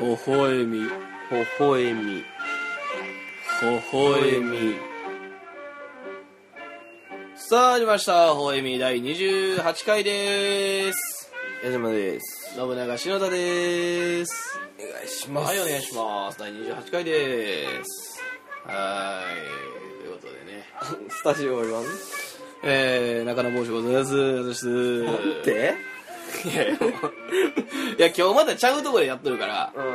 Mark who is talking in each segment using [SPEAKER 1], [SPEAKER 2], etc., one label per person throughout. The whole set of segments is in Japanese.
[SPEAKER 1] ほほえみ
[SPEAKER 2] ほほえみ
[SPEAKER 1] ほほえみ
[SPEAKER 2] さあ始まりましたほほえみ第28回です
[SPEAKER 1] 矢島です
[SPEAKER 2] 信長篠田です
[SPEAKER 1] お願いしま
[SPEAKER 2] はいお願いします第28回ですはーいということでね
[SPEAKER 1] すスタジオおります
[SPEAKER 2] えー、中野帽子ございます私です
[SPEAKER 1] で
[SPEAKER 2] いやいやもういや今日またちゃうとこでやっとるから
[SPEAKER 1] う
[SPEAKER 2] うん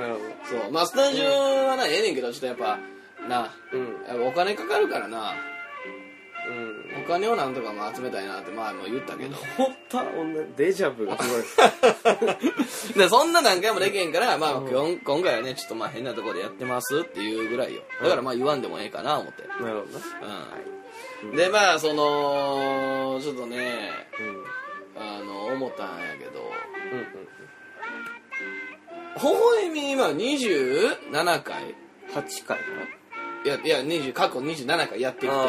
[SPEAKER 1] なる
[SPEAKER 2] そうまあスタジオはなええねんけどちょっとやっぱな
[SPEAKER 1] ほどうん
[SPEAKER 2] やっぱお金かかるからな
[SPEAKER 1] うん
[SPEAKER 2] お金をなんとかまあ集めたいなって前も言ったけど
[SPEAKER 1] ほった女デジャブがすごい
[SPEAKER 2] でそんな何回もできへんから、まあ、きょん今回はねちょっとまあ変なところでやってますっていうぐらいよだからまあ言わんでもええかな思って
[SPEAKER 1] なるほどな
[SPEAKER 2] うん、でまあそのちょっとね
[SPEAKER 1] うんうん
[SPEAKER 2] あの思ったんやけど
[SPEAKER 1] う
[SPEAKER 2] 微笑
[SPEAKER 1] ん
[SPEAKER 2] み今27回
[SPEAKER 1] 8回か
[SPEAKER 2] いやいや20過去27回やってきて
[SPEAKER 1] ああ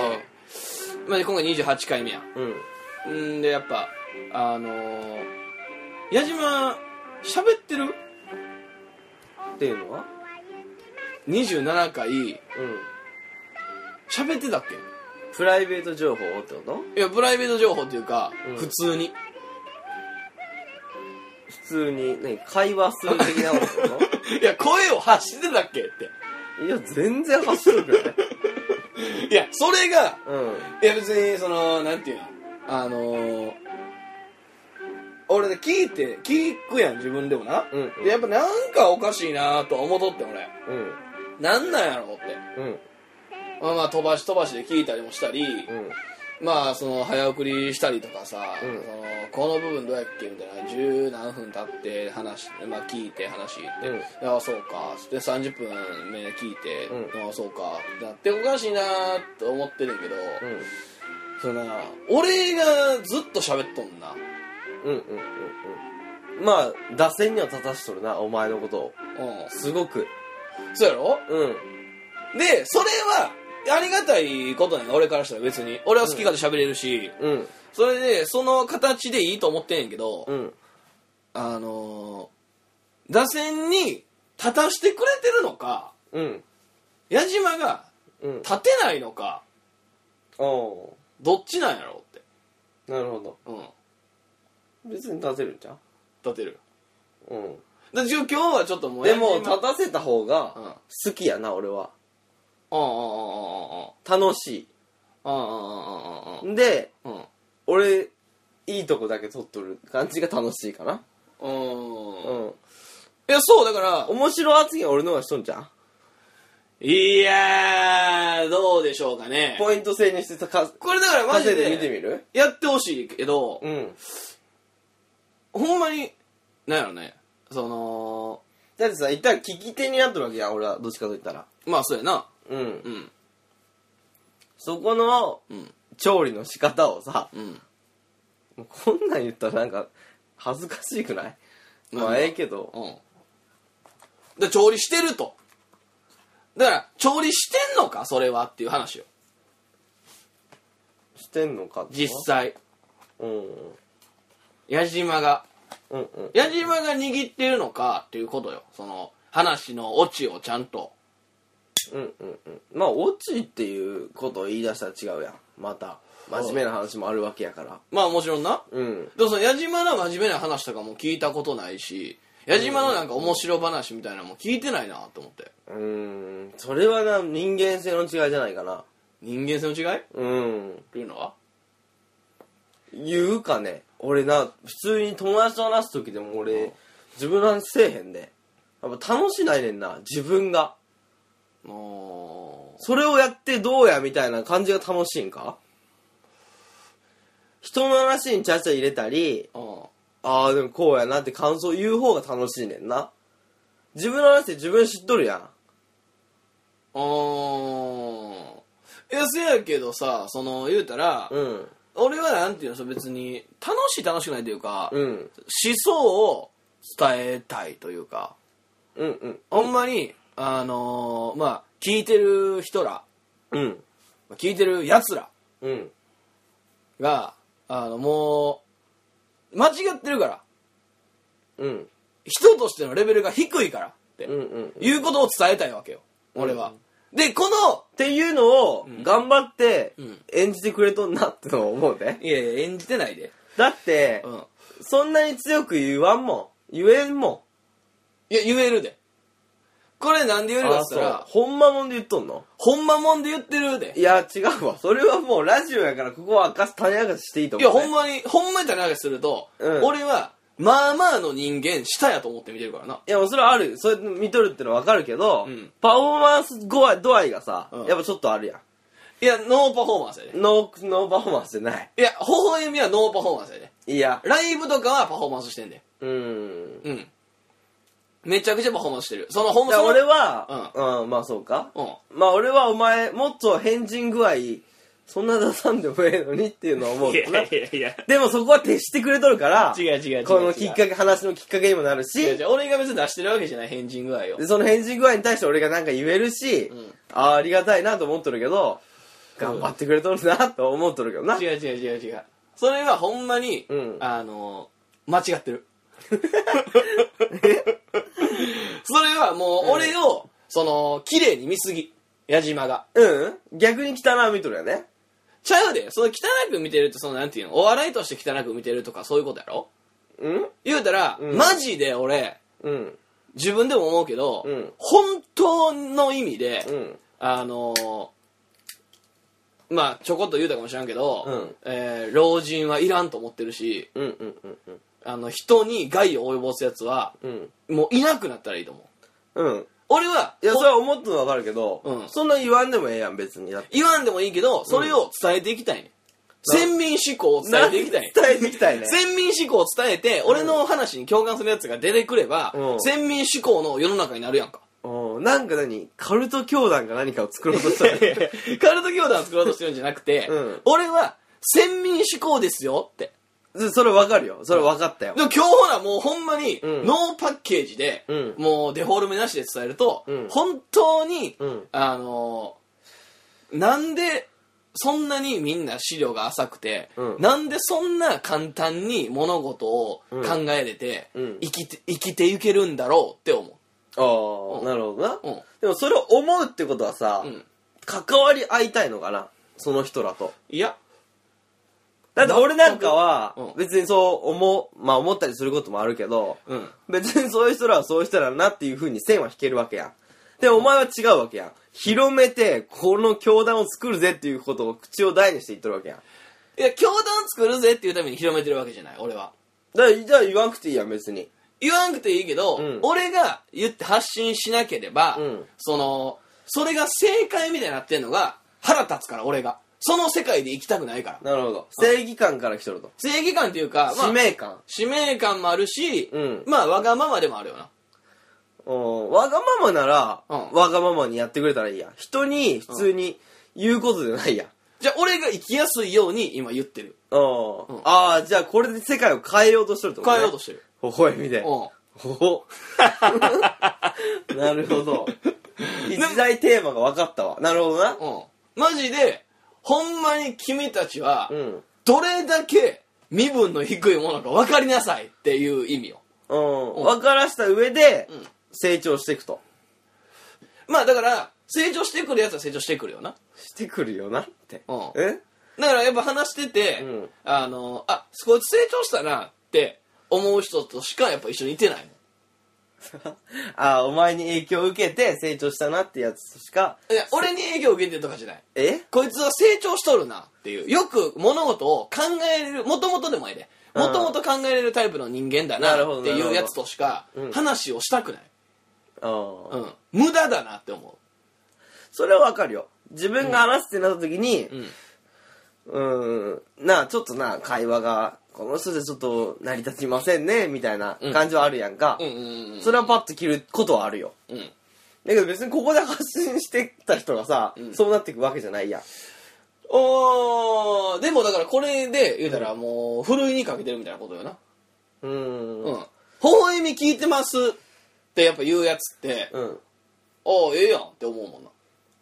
[SPEAKER 2] まあ、今回28回目や
[SPEAKER 1] なうん
[SPEAKER 2] んでやっぱあのー、矢島喋ってる
[SPEAKER 1] っていうのは
[SPEAKER 2] ?27 回
[SPEAKER 1] うん
[SPEAKER 2] 喋ってたっけ
[SPEAKER 1] プライベート情報ってこ
[SPEAKER 2] い
[SPEAKER 1] と
[SPEAKER 2] やプライベート情報っていうか、
[SPEAKER 1] うん
[SPEAKER 2] 普通に
[SPEAKER 1] 普通に何会話する的なこと
[SPEAKER 2] いや声を発してたっけっ
[SPEAKER 1] いや全然発するくない
[SPEAKER 2] ていやそれが
[SPEAKER 1] うん
[SPEAKER 2] いや別にそのなんていうのあのー、俺ね聞いて聞くやん自分でもな、
[SPEAKER 1] うんうん
[SPEAKER 2] でやっぱなんかおかしいなとは思っとって俺
[SPEAKER 1] うん
[SPEAKER 2] なんなんやろって
[SPEAKER 1] うん
[SPEAKER 2] まあまあ飛ばし飛ばしで聞いたりもしたり、
[SPEAKER 1] うん
[SPEAKER 2] まあその早送りしたりとかさ、
[SPEAKER 1] うん
[SPEAKER 2] そのこの部分どうやっけみたいな十何分経って話、まあ、聞いて話して、
[SPEAKER 1] うん
[SPEAKER 2] ああそうかつって30分目聞いて、
[SPEAKER 1] う
[SPEAKER 2] ああそうかってなっておかしいなと思ってるけど、
[SPEAKER 1] うん
[SPEAKER 2] そのな俺がずっと喋っとんな
[SPEAKER 1] うんうんうんうんまあ打線には立たしとるなお前のことを
[SPEAKER 2] う
[SPEAKER 1] すごく
[SPEAKER 2] んそうやろ
[SPEAKER 1] うん
[SPEAKER 2] でそれはありがたいことね俺からしたら別に俺は好き勝手喋れるし、
[SPEAKER 1] うん
[SPEAKER 2] それでその形でいいと思ってんやけど、
[SPEAKER 1] うん
[SPEAKER 2] あのー打線に立たしてくれてるのか
[SPEAKER 1] うん
[SPEAKER 2] 矢島が
[SPEAKER 1] うん
[SPEAKER 2] 立てないのか
[SPEAKER 1] お
[SPEAKER 2] どっちなんやろうって、
[SPEAKER 1] うなるほど
[SPEAKER 2] うん、
[SPEAKER 1] 別に立てるんじゃん
[SPEAKER 2] 立てる
[SPEAKER 1] う
[SPEAKER 2] でじゃあ今日はちょっとも
[SPEAKER 1] ん
[SPEAKER 2] う
[SPEAKER 1] でも
[SPEAKER 2] 矢島
[SPEAKER 1] 立たせた方
[SPEAKER 2] うん
[SPEAKER 1] が好きやな俺は
[SPEAKER 2] うんうん
[SPEAKER 1] 楽し
[SPEAKER 2] うんうんうんうんうんうんうん
[SPEAKER 1] いで
[SPEAKER 2] うんうん
[SPEAKER 1] 俺いいとこだけ取っとる感じが楽しいかな
[SPEAKER 2] う
[SPEAKER 1] うんん
[SPEAKER 2] いやそうだから
[SPEAKER 1] 面白発言俺の方がしとんじゃん
[SPEAKER 2] いやーどうでしょうかね
[SPEAKER 1] ポイント制にしてたか
[SPEAKER 2] これだからマジ
[SPEAKER 1] 稼いで見てみ
[SPEAKER 2] で
[SPEAKER 1] る
[SPEAKER 2] やってほしいけど
[SPEAKER 1] うん
[SPEAKER 2] ほんまになんやろねその
[SPEAKER 1] だってさ一旦聞き手になっとるわけやん俺はどっちかと言ったら
[SPEAKER 2] まあそうやな
[SPEAKER 1] うん
[SPEAKER 2] うん
[SPEAKER 1] そこの
[SPEAKER 2] うん
[SPEAKER 1] 調理の仕方をさ
[SPEAKER 2] うん
[SPEAKER 1] もうこんなん言ったらなんか恥ずかしくない
[SPEAKER 2] う
[SPEAKER 1] ま
[SPEAKER 2] ん
[SPEAKER 1] あええけど
[SPEAKER 2] うん。で、調理してると。だから、調理してんのか、それはっていう話よ。
[SPEAKER 1] してんのかって
[SPEAKER 2] 実際。
[SPEAKER 1] うんうん
[SPEAKER 2] 矢島が。
[SPEAKER 1] うんうん
[SPEAKER 2] 矢島が握ってるのかっていうことよ。その、話のオチをちゃんと。
[SPEAKER 1] うんうんうんまあ落ちっていうことを言い出したら違うやんまた真面目な話もあるわけやから
[SPEAKER 2] まあもちろんな。
[SPEAKER 1] うん
[SPEAKER 2] でもその矢島の真面目な話とかも聞いたことないし、矢島のなんか面白話みたいなのも聞いてないなと思って。
[SPEAKER 1] うーんそれはな人間性の違いじゃないかな
[SPEAKER 2] 人間性の違いっ
[SPEAKER 1] うん
[SPEAKER 2] ていうのは
[SPEAKER 1] 言うかね俺な普通に友達と話す時でも俺自分の話せえへんでやっぱ楽しないねんな自分が
[SPEAKER 2] も
[SPEAKER 1] それをやってどうやみたいな感じが楽しいんか人の話にちゃちゃ入れたり
[SPEAKER 2] う、うん。
[SPEAKER 1] ああでもこうやなって感想言う方が楽しいねんな自分の話って自分知っとるやん
[SPEAKER 2] あーいやせやけどさその言うたら、
[SPEAKER 1] うん
[SPEAKER 2] 俺はなんていうのそう別に楽しい楽しくないというか、
[SPEAKER 1] う
[SPEAKER 2] 思
[SPEAKER 1] ん
[SPEAKER 2] 想を伝えたいというか
[SPEAKER 1] うんうん
[SPEAKER 2] ほんまにあのーまあ聞いてる人ら
[SPEAKER 1] うん
[SPEAKER 2] 聞いてるやつら
[SPEAKER 1] うん
[SPEAKER 2] があのもう間違ってるから
[SPEAKER 1] うん
[SPEAKER 2] 人としてのレベルが低いからって、
[SPEAKER 1] うんうん
[SPEAKER 2] いうことを伝えたいわけよ俺は、でこの
[SPEAKER 1] っていうのを頑張って
[SPEAKER 2] うん
[SPEAKER 1] 演じてくれとんなってのを思うね
[SPEAKER 2] いやいや演じてないで、
[SPEAKER 1] だって
[SPEAKER 2] うん、
[SPEAKER 1] そんなに強く言わんもん言えんも
[SPEAKER 2] いや言えるでこれなんで言
[SPEAKER 1] ん
[SPEAKER 2] えるかっつったら
[SPEAKER 1] ほんまもんで言っとんの
[SPEAKER 2] ほんまもんで言ってるで
[SPEAKER 1] いや違うわそれはもうラジオやからここは明かす種明かししていいと
[SPEAKER 2] い
[SPEAKER 1] 思
[SPEAKER 2] や
[SPEAKER 1] う、ね、
[SPEAKER 2] ほんまにほんまに種明かしすると、
[SPEAKER 1] うん
[SPEAKER 2] 俺はまあまあの人間下やと思って見てるからない
[SPEAKER 1] やもうそれはあるそれ見とるってのはわかるけど、
[SPEAKER 2] うん
[SPEAKER 1] パフォーマンス度合い度合いがさ、
[SPEAKER 2] うん
[SPEAKER 1] やっぱちょっとあるや
[SPEAKER 2] いやノーパフォーマンスやで
[SPEAKER 1] んノーノーパフォーマンスじゃない
[SPEAKER 2] いや微笑みはノーパフォーマンスやで
[SPEAKER 1] いや
[SPEAKER 2] ライブとかはパフォーマンスしてんで
[SPEAKER 1] うーん
[SPEAKER 2] うんめちゃくちゃパフォーマンスしてるそのほん
[SPEAKER 1] い
[SPEAKER 2] ま
[SPEAKER 1] や
[SPEAKER 2] その
[SPEAKER 1] 俺はうん、まあそうか
[SPEAKER 2] うん
[SPEAKER 1] まあ俺はお前もっと変人具合そんな出さんでもええのにっていうのは思うけどな
[SPEAKER 2] やいや
[SPEAKER 1] でもそこは徹してくれとるから
[SPEAKER 2] 違う違う違う
[SPEAKER 1] このきっかけ話のきっかけにもなるし
[SPEAKER 2] 違う違う俺が別に出してるわけじゃない変人具合を
[SPEAKER 1] でその変人具合に対して俺がなんか言えるし、
[SPEAKER 2] ん
[SPEAKER 1] ああありがたいなと思っとるけど頑張ってくれとるなと思っとるけどな、
[SPEAKER 2] 違う違う違う違うそれはほんまに、
[SPEAKER 1] うん
[SPEAKER 2] あの間違ってる それはもう俺を、その綺麗に見すぎ矢島が
[SPEAKER 1] うん逆に汚い見とるよね
[SPEAKER 2] ちゃうでその汚く見てるってそのなんていうのお笑いとして汚く見てるとかそういうことやろ
[SPEAKER 1] うん
[SPEAKER 2] 言うたら、
[SPEAKER 1] うん
[SPEAKER 2] マジで俺
[SPEAKER 1] うん
[SPEAKER 2] 自分でも思うけど、
[SPEAKER 1] うん
[SPEAKER 2] 本当の意味で、
[SPEAKER 1] うん
[SPEAKER 2] あのーまあちょこっと言うたかもしれんけど、
[SPEAKER 1] うん
[SPEAKER 2] えー老人はいらんと思ってるし
[SPEAKER 1] うんうんうんうん
[SPEAKER 2] あの人に害を及ぼすやつは
[SPEAKER 1] うん
[SPEAKER 2] もういなくなったらいいと思う
[SPEAKER 1] うん
[SPEAKER 2] 俺はい
[SPEAKER 1] や
[SPEAKER 2] ほ
[SPEAKER 1] それは思っとるの分かるけど、
[SPEAKER 2] うん
[SPEAKER 1] そんな言わんでもええやん別にだって
[SPEAKER 2] 言わんでもいいけどそれを伝えていきたいね、ん先民思考を伝えていきたいねん
[SPEAKER 1] 伝えていきたいね
[SPEAKER 2] 先民思考を伝えて俺の話に共感するやつが出てくれば、
[SPEAKER 1] うん
[SPEAKER 2] 先民思考の世の中になるやんか
[SPEAKER 1] おーなんか何カルト教団か何かを作ろうと したら
[SPEAKER 2] カルト教団を作ろうとしてるんじゃなくて、
[SPEAKER 1] うん
[SPEAKER 2] 俺は先民思考ですよって
[SPEAKER 1] そそれ分かるよそれ分かったよ、
[SPEAKER 2] でも今日ほらもうほんまに
[SPEAKER 1] うん
[SPEAKER 2] ノーパッケージで、
[SPEAKER 1] うん
[SPEAKER 2] もうデフォルメなしで伝えると、
[SPEAKER 1] うん
[SPEAKER 2] 本当に、
[SPEAKER 1] うん
[SPEAKER 2] あのーなんでそんなにみんな資料が浅くて、
[SPEAKER 1] うん
[SPEAKER 2] なんでそんな簡単に物事を考えれて、
[SPEAKER 1] うん
[SPEAKER 2] 生きて生きていけるんだろうって思
[SPEAKER 1] あ
[SPEAKER 2] う
[SPEAKER 1] あ
[SPEAKER 2] ん
[SPEAKER 1] なるほどな、
[SPEAKER 2] う、うん
[SPEAKER 1] でもそれを思うってことはさ、
[SPEAKER 2] うん
[SPEAKER 1] 関わり合いたいのかなその人らと
[SPEAKER 2] いや
[SPEAKER 1] だって俺なんかは
[SPEAKER 2] うん
[SPEAKER 1] 別にそう思うまあ思ったりすることもあるけど
[SPEAKER 2] うん
[SPEAKER 1] 別にそういう人らはそういう人らなっていうふうに線は引けるわけやんでお前は違うわけやん広めてこの教団を作るぜっていうことを口を大にして言っとるわけやん
[SPEAKER 2] いや教団作るぜっていうために広めてるわけじゃない俺は
[SPEAKER 1] だからじゃあ言わなくていいやん別に
[SPEAKER 2] 言わんくていいけど、
[SPEAKER 1] うん
[SPEAKER 2] 俺が言って発信しなければ、
[SPEAKER 1] うん
[SPEAKER 2] そのそれが正解みたいになってんのが腹立つから俺がその世界で生きたくないから
[SPEAKER 1] なるほど正義感から来とると
[SPEAKER 2] 正義感っていうか、まあ
[SPEAKER 1] 使命感
[SPEAKER 2] 使命感もあるし、
[SPEAKER 1] うん
[SPEAKER 2] まあわがままでもあるよな
[SPEAKER 1] うんわがままなら、
[SPEAKER 2] うん
[SPEAKER 1] わがままにやってくれたらいいやん人に普通に言うことじゃないやん
[SPEAKER 2] じゃあ俺が生きやすいように今言ってる
[SPEAKER 1] うん
[SPEAKER 2] うん
[SPEAKER 1] ああ、じゃあこれで世界を変えようとしてるってこと、
[SPEAKER 2] 変
[SPEAKER 1] ね、
[SPEAKER 2] えようとしてる、
[SPEAKER 1] ほほえみで。ほ
[SPEAKER 2] うん
[SPEAKER 1] ほ。 なるほど。一大テーマが分かったわ。なるほどな。
[SPEAKER 2] うん、マジでほんまに君たちは、
[SPEAKER 1] うん。
[SPEAKER 2] どれだけ身分の低いものか分かりなさいっていう意味を
[SPEAKER 1] うん。分からした上で
[SPEAKER 2] ん、
[SPEAKER 1] 成長していくと。
[SPEAKER 2] まあだから成長してくるやつは成長してくるよな
[SPEAKER 1] してくるよなって。
[SPEAKER 2] うん
[SPEAKER 1] え
[SPEAKER 2] だからやっぱ話してて、
[SPEAKER 1] うん
[SPEAKER 2] あのあこいつ成長したなって思う人としかやっぱ一緒にいてないも
[SPEAKER 1] ああ、お前に影響を受けて成長したなってやつとしか、
[SPEAKER 2] んいや俺に影響を受けてるとかじゃない
[SPEAKER 1] え
[SPEAKER 2] こいつは成長しとるなっていうよく物事を考えれるもともとでもええで
[SPEAKER 1] うん
[SPEAKER 2] もともと考えれるタイプの人間だ
[SPEAKER 1] な
[SPEAKER 2] な
[SPEAKER 1] るほど
[SPEAKER 2] っていうやつとしか
[SPEAKER 1] ほどうん
[SPEAKER 2] 話をしたくない、
[SPEAKER 1] あ
[SPEAKER 2] う
[SPEAKER 1] あ。
[SPEAKER 2] ん、無駄だなって思
[SPEAKER 1] それは分かるよ。自分が話すってなった時に、
[SPEAKER 2] う、うん、
[SPEAKER 1] うん、なあ、ちょっとな、会話が、この人でちょっと成り立ちませんね、みたいな感じはあるやんか。
[SPEAKER 2] うんうんうん
[SPEAKER 1] それはパッと切ることはあるよ。
[SPEAKER 2] うん
[SPEAKER 1] だけど別にここで発信してた人がさ、そうなっていくわけじゃないやん。
[SPEAKER 2] おーでもだからこれで言うたらもうふるいにかけてるみたいなことよな
[SPEAKER 1] う。
[SPEAKER 2] うんん「微笑み聞いてます」ってやっぱ言うやつって
[SPEAKER 1] うん。
[SPEAKER 2] ああええやんって思うもんな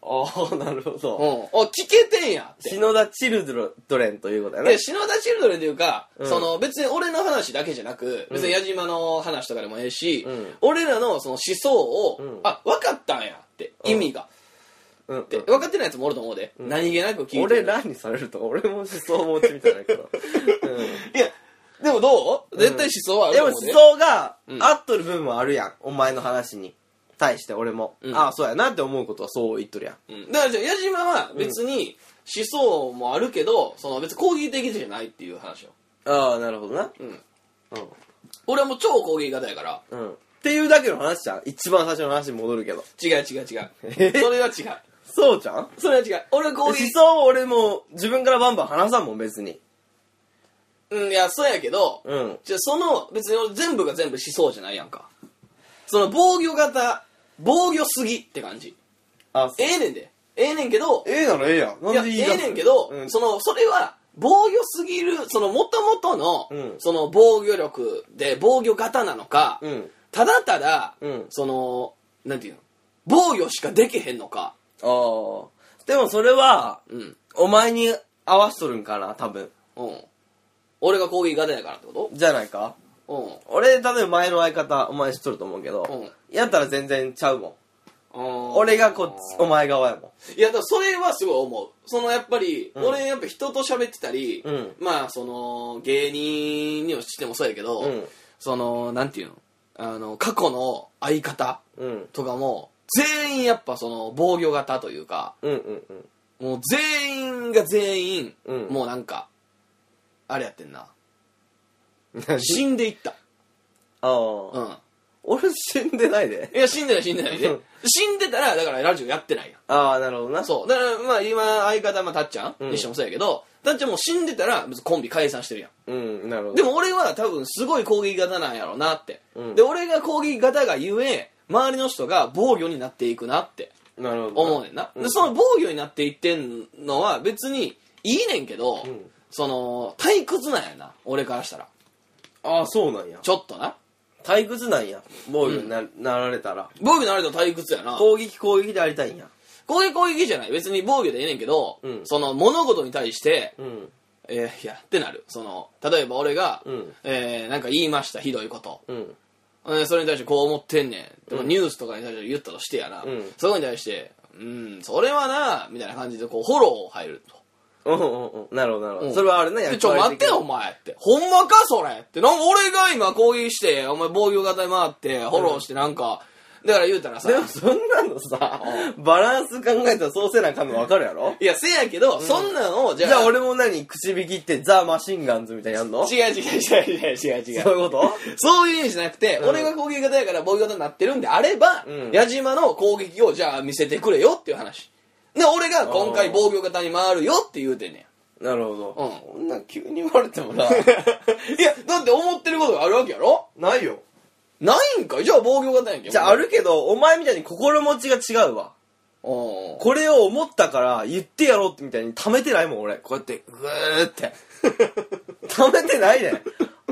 [SPEAKER 1] ああなるほ
[SPEAKER 2] う
[SPEAKER 1] ど、
[SPEAKER 2] ん。お、聞けてんやって。
[SPEAKER 1] 篠田チルドレンということやね
[SPEAKER 2] で、篠田チルドレンというか、
[SPEAKER 1] うん
[SPEAKER 2] その別に俺の話だけじゃなく、別に矢島の話とかでもええし、
[SPEAKER 1] うん
[SPEAKER 2] 俺らのその思想を、
[SPEAKER 1] うん
[SPEAKER 2] あ、分かったんやって、
[SPEAKER 1] うん
[SPEAKER 2] 意味が。
[SPEAKER 1] うん
[SPEAKER 2] って、分かってないやつもおると思うで、
[SPEAKER 1] ん
[SPEAKER 2] 何気なく聞いてる。
[SPEAKER 1] 俺らにされると俺も思想持ちみたいだけど、う
[SPEAKER 2] いや、でもどう絶対思想 はあ
[SPEAKER 1] ん、
[SPEAKER 2] る
[SPEAKER 1] で
[SPEAKER 2] と
[SPEAKER 1] も
[SPEAKER 2] 思
[SPEAKER 1] 思
[SPEAKER 2] うで。
[SPEAKER 1] 想が
[SPEAKER 2] うん
[SPEAKER 1] 合っとる部分もあるやん、お前の話に対して俺も、
[SPEAKER 2] うん
[SPEAKER 1] ああそうやなって思うことはそう言っとるやん
[SPEAKER 2] うんだからじゃあ矢島は別に思想もあるけど、その別に抗議的じゃないっていう話を。
[SPEAKER 1] ああなるほどな
[SPEAKER 2] うん。
[SPEAKER 1] うん
[SPEAKER 2] 俺はもう超抗議型やから、
[SPEAKER 1] うんっていうだけの話じゃん一番最初の話に戻るけど
[SPEAKER 2] 違う違う違う。
[SPEAKER 1] え
[SPEAKER 2] それは違う。
[SPEAKER 1] そうじゃん
[SPEAKER 2] それは違う。俺は抗
[SPEAKER 1] 思
[SPEAKER 2] 議。
[SPEAKER 1] 想を俺も自分からバンバン話さんもん別に
[SPEAKER 2] うん、いや、そうやけど、
[SPEAKER 1] うん
[SPEAKER 2] じゃあその別に俺全部が全部思想じゃないやんかその防御型防御すぎって感じ
[SPEAKER 1] あ
[SPEAKER 2] ええねんでええねんけど
[SPEAKER 1] ええならええやん
[SPEAKER 2] いやええねんけど、
[SPEAKER 1] うん
[SPEAKER 2] そのそれは防御すぎるそのもともとの、
[SPEAKER 1] うん
[SPEAKER 2] その防御力で防御型なのか、
[SPEAKER 1] うん
[SPEAKER 2] ただただ、
[SPEAKER 1] うん
[SPEAKER 2] そのなんていうの防御しかできへんのか
[SPEAKER 1] ああでもそれは
[SPEAKER 2] うん
[SPEAKER 1] お前に合わしとるんかな多分
[SPEAKER 2] うん俺が攻撃型やからってこ
[SPEAKER 1] じゃないか
[SPEAKER 2] と
[SPEAKER 1] 俺例えば前の相方お前知っとると思うけど、やったら全然ちゃうもん
[SPEAKER 2] うん
[SPEAKER 1] 俺がこっちお前側やもん
[SPEAKER 2] いやだからそれはすごい思うそのやっぱり、
[SPEAKER 1] うん
[SPEAKER 2] 俺やっぱ人と喋ってたり、
[SPEAKER 1] うん
[SPEAKER 2] まあその芸人にしてもそうやけど、
[SPEAKER 1] うん
[SPEAKER 2] そのなんていうのあの過去の相方
[SPEAKER 1] うん
[SPEAKER 2] とかも全員やっぱその防御型というか
[SPEAKER 1] うんうんうん
[SPEAKER 2] もう全員が全員、
[SPEAKER 1] うん
[SPEAKER 2] もうなんかあれやってんな
[SPEAKER 1] 何
[SPEAKER 2] 死んでいった
[SPEAKER 1] ああ
[SPEAKER 2] うん
[SPEAKER 1] 俺死んでないで
[SPEAKER 2] いや死んでない死んでないで、
[SPEAKER 1] うん
[SPEAKER 2] 死んでたらだからラジオやってないやん
[SPEAKER 1] ああなるほどな
[SPEAKER 2] そう。だから、まあ今、相方、まあ、たっちゃ
[SPEAKER 1] うん
[SPEAKER 2] んにしてもそうやけど、たっちゃんもう死んでたら、別にコンビ解散してるやん。
[SPEAKER 1] うんなるほど
[SPEAKER 2] でも俺は多分、すごい攻撃型なんやろうなって。
[SPEAKER 1] うん
[SPEAKER 2] で、俺が攻撃型がゆえ、周りの人が防御になっていくなって
[SPEAKER 1] なるほど
[SPEAKER 2] 思うねんな。
[SPEAKER 1] うん
[SPEAKER 2] で、その防御になっていってんのは別にいいねんけど、
[SPEAKER 1] ん
[SPEAKER 2] その、退屈なんやな、俺からしたら。
[SPEAKER 1] ああそうなんや
[SPEAKER 2] ちょっとな。
[SPEAKER 1] 退屈なんや防御にな,、なられたら
[SPEAKER 2] 防御になると退屈やな。
[SPEAKER 1] 攻撃攻撃でありたいんや
[SPEAKER 2] 攻撃攻撃じゃない。別に防御でええねんけど、
[SPEAKER 1] うん
[SPEAKER 2] その物事に対して、
[SPEAKER 1] うん
[SPEAKER 2] えーいやってなるその例えば俺が、
[SPEAKER 1] うん
[SPEAKER 2] えーなんか言いましたひどいこと、
[SPEAKER 1] うん
[SPEAKER 2] えーそれに対してこう思ってんねんでも
[SPEAKER 1] うん
[SPEAKER 2] ニュースとかに対して言ったとしてやな、
[SPEAKER 1] うん
[SPEAKER 2] そこに対して「うんそれはな」みたいな感じでこうフォロー入ると
[SPEAKER 1] うんうんうんなるほどなるほ
[SPEAKER 2] う
[SPEAKER 1] ど
[SPEAKER 2] ん
[SPEAKER 1] それはあれな
[SPEAKER 2] 「で
[SPEAKER 1] 役
[SPEAKER 2] ちょ待
[SPEAKER 1] 割
[SPEAKER 2] って
[SPEAKER 1] 的に
[SPEAKER 2] よお前」って「ほんまかそれ」ってなんか俺が今攻撃してお前防御型に回ってフォローしてなんか、だから言うたらさ
[SPEAKER 1] でもそんなのさバランス考えたらそうせなあかんの分かるやろ
[SPEAKER 2] いやせやけど、そんなんをじ
[SPEAKER 1] じ
[SPEAKER 2] ゃあ
[SPEAKER 1] ゃあ俺も何口引きってザ・マシンガンズみたいにやんの
[SPEAKER 2] 違う違う違う違う違う違う
[SPEAKER 1] そういうこと
[SPEAKER 2] そういう意味じゃなくて、
[SPEAKER 1] ん
[SPEAKER 2] 俺が攻撃型やから防御型になってるんであれば、
[SPEAKER 1] うん
[SPEAKER 2] 矢島の攻撃をじゃあ見せてくれよっていう話。で、俺が今回
[SPEAKER 1] あー
[SPEAKER 2] 防御型に回るよって言うてんね
[SPEAKER 1] なるほど、
[SPEAKER 2] うん
[SPEAKER 1] こんなん急に言われてもな
[SPEAKER 2] ん。いや、だって思ってることがあるわけやろ
[SPEAKER 1] ないよ
[SPEAKER 2] ないんかいじゃあ防御型やんけ。
[SPEAKER 1] じゃああ。るけどお前みたいに心持ちが違うわ
[SPEAKER 2] お
[SPEAKER 1] これを思ったから言ってやろうってみたいに溜めてないもん俺こうやってグーって溜めてないね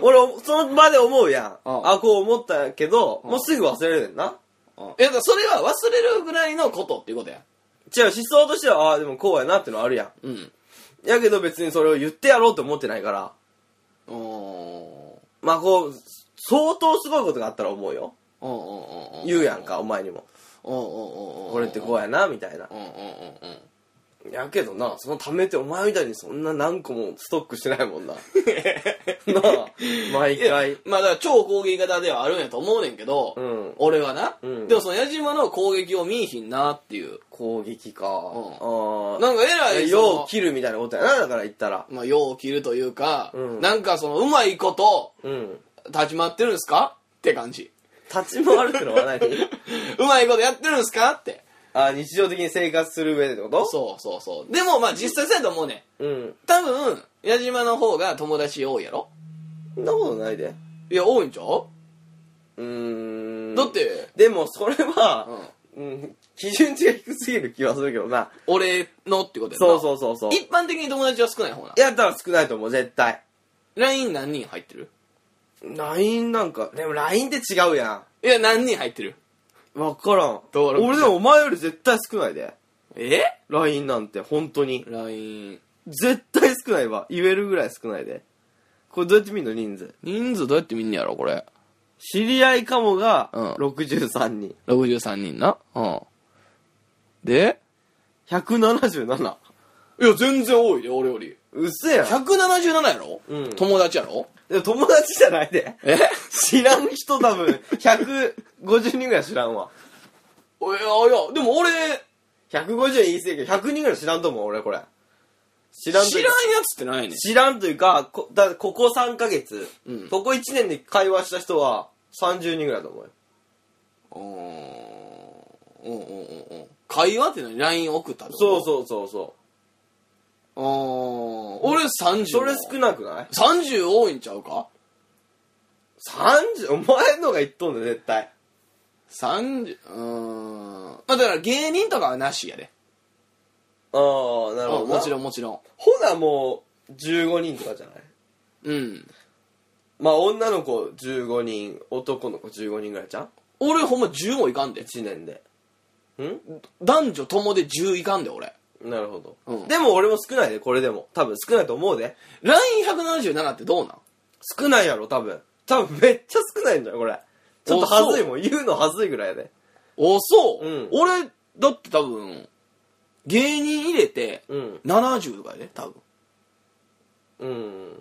[SPEAKER 1] 俺その場で思うやん、
[SPEAKER 2] うん
[SPEAKER 1] あこう思ったけど、もうすぐ忘れるねんな
[SPEAKER 2] いや、だからそれは忘れるぐらいのことっていうことや。
[SPEAKER 1] 違う思想としてはああでもこうやなってのはあるや
[SPEAKER 2] うん。
[SPEAKER 1] んやけど別にそれを言ってやろうと思ってないから
[SPEAKER 2] おお
[SPEAKER 1] まあこう相当すごいことがあったら思うよ
[SPEAKER 2] おお
[SPEAKER 1] 言うやん。かお前にも
[SPEAKER 2] おおおお
[SPEAKER 1] 俺ってこ
[SPEAKER 2] う。
[SPEAKER 1] うやなみたいな
[SPEAKER 2] うんうんうんうん。
[SPEAKER 1] やけどなその溜めてお前みたいにそんな何個もストックしてないも んななあ毎回
[SPEAKER 2] まあだから超攻撃型ではあるんやと思うねんけど、
[SPEAKER 1] うん
[SPEAKER 2] 俺はな、
[SPEAKER 1] うん
[SPEAKER 2] でもその矢島の攻撃を見いひんなっていう
[SPEAKER 1] 攻撃か、あ
[SPEAKER 2] なんか
[SPEAKER 1] あ
[SPEAKER 2] 偉い
[SPEAKER 1] よう
[SPEAKER 2] 切
[SPEAKER 1] 切るみたいなことやなだから言ったら
[SPEAKER 2] まあ、よう切るというか、
[SPEAKER 1] うん
[SPEAKER 2] なんかそのうまいこと
[SPEAKER 1] うん
[SPEAKER 2] 立ち回ってるんですかって感じ
[SPEAKER 1] 立ち回るっての は何
[SPEAKER 2] うまいことやってるんですかって
[SPEAKER 1] あ日常的に生活する上でってこと
[SPEAKER 2] そうそうそうでもまあ実際そうやと思うねん
[SPEAKER 1] ううん
[SPEAKER 2] 多分矢島の方が友達多いやろ
[SPEAKER 1] そんなことないで
[SPEAKER 2] いや多いんちゃう、
[SPEAKER 1] うーん
[SPEAKER 2] だって、
[SPEAKER 1] でもそれ
[SPEAKER 2] う
[SPEAKER 1] は、
[SPEAKER 2] ん、
[SPEAKER 1] うん、基準値が低すぎる気はするけどな
[SPEAKER 2] 俺のってことやな
[SPEAKER 1] そうそうそうそう
[SPEAKER 2] 一般的に友達は少ない方な
[SPEAKER 1] やったら少ないと思う絶対
[SPEAKER 2] LINE 何人入ってる
[SPEAKER 1] LINE なんかでも LINE って違うや
[SPEAKER 2] いや何人入ってる
[SPEAKER 1] ん分からん
[SPEAKER 2] 登録者
[SPEAKER 1] 俺でもお前より絶対少ないで
[SPEAKER 2] うえ
[SPEAKER 1] LINE なんて本当に
[SPEAKER 2] ?LINE。
[SPEAKER 1] 絶対少ないわ言えるぐらい少ないでこれどうやって見んの人数
[SPEAKER 2] 人数どうやって見んねやろ、これ。
[SPEAKER 1] 知り合いかもが
[SPEAKER 2] うん
[SPEAKER 1] 63人、
[SPEAKER 2] 63人な。うん。で
[SPEAKER 1] 177
[SPEAKER 2] いや、全然多いで、俺より。
[SPEAKER 1] うっせえやん
[SPEAKER 2] 177やろ
[SPEAKER 1] うん
[SPEAKER 2] 友達やろ
[SPEAKER 1] でも友達じゃないで
[SPEAKER 2] えいや、
[SPEAKER 1] 知らん人多分150人ぐらい知らんわ
[SPEAKER 2] いや、でも俺、
[SPEAKER 1] 150言い過ぎやけど100人ぐらい知らんと思う俺これ知らんと
[SPEAKER 2] 知
[SPEAKER 1] い
[SPEAKER 2] ら
[SPEAKER 1] うん
[SPEAKER 2] や
[SPEAKER 1] か
[SPEAKER 2] つってないねん。
[SPEAKER 1] 知らんというかこだここ3ヶ月、
[SPEAKER 2] うん
[SPEAKER 1] ここ1年で会話した人は30人ぐらいだと思うよ
[SPEAKER 2] うーんうんうんうんうん会話って何 ?LINE 送ったって
[SPEAKER 1] そう
[SPEAKER 2] う
[SPEAKER 1] そうそうそう
[SPEAKER 2] 俺30
[SPEAKER 1] それ少なくない
[SPEAKER 2] 30多いんちゃうか
[SPEAKER 1] 30? お前のが言っとんね絶対
[SPEAKER 2] 30うーんまあだから芸人とかはなしやで
[SPEAKER 1] ああなるほど
[SPEAKER 2] もちろ
[SPEAKER 1] ん
[SPEAKER 2] んもちろん
[SPEAKER 1] ほなもう15人とかじゃない
[SPEAKER 2] うん
[SPEAKER 1] まあ女の子15人男の子15人ぐらいじゃん
[SPEAKER 2] 俺ほんま10もいかんで
[SPEAKER 1] 1年でん
[SPEAKER 2] 男女ともで10いかんで俺
[SPEAKER 1] なるほど、
[SPEAKER 2] うん
[SPEAKER 1] でも俺も少ないでこれでも多分少ないと思うで
[SPEAKER 2] LINE177 ってどうなん
[SPEAKER 1] 少ないやろ多分多分めっちゃ少ないんじゃんこれちょっと恥ずいもん言うの恥ずいぐらいやで
[SPEAKER 2] おそう、
[SPEAKER 1] うん
[SPEAKER 2] 俺だって多分芸人入れて
[SPEAKER 1] うん
[SPEAKER 2] 70とかやで多分
[SPEAKER 1] うん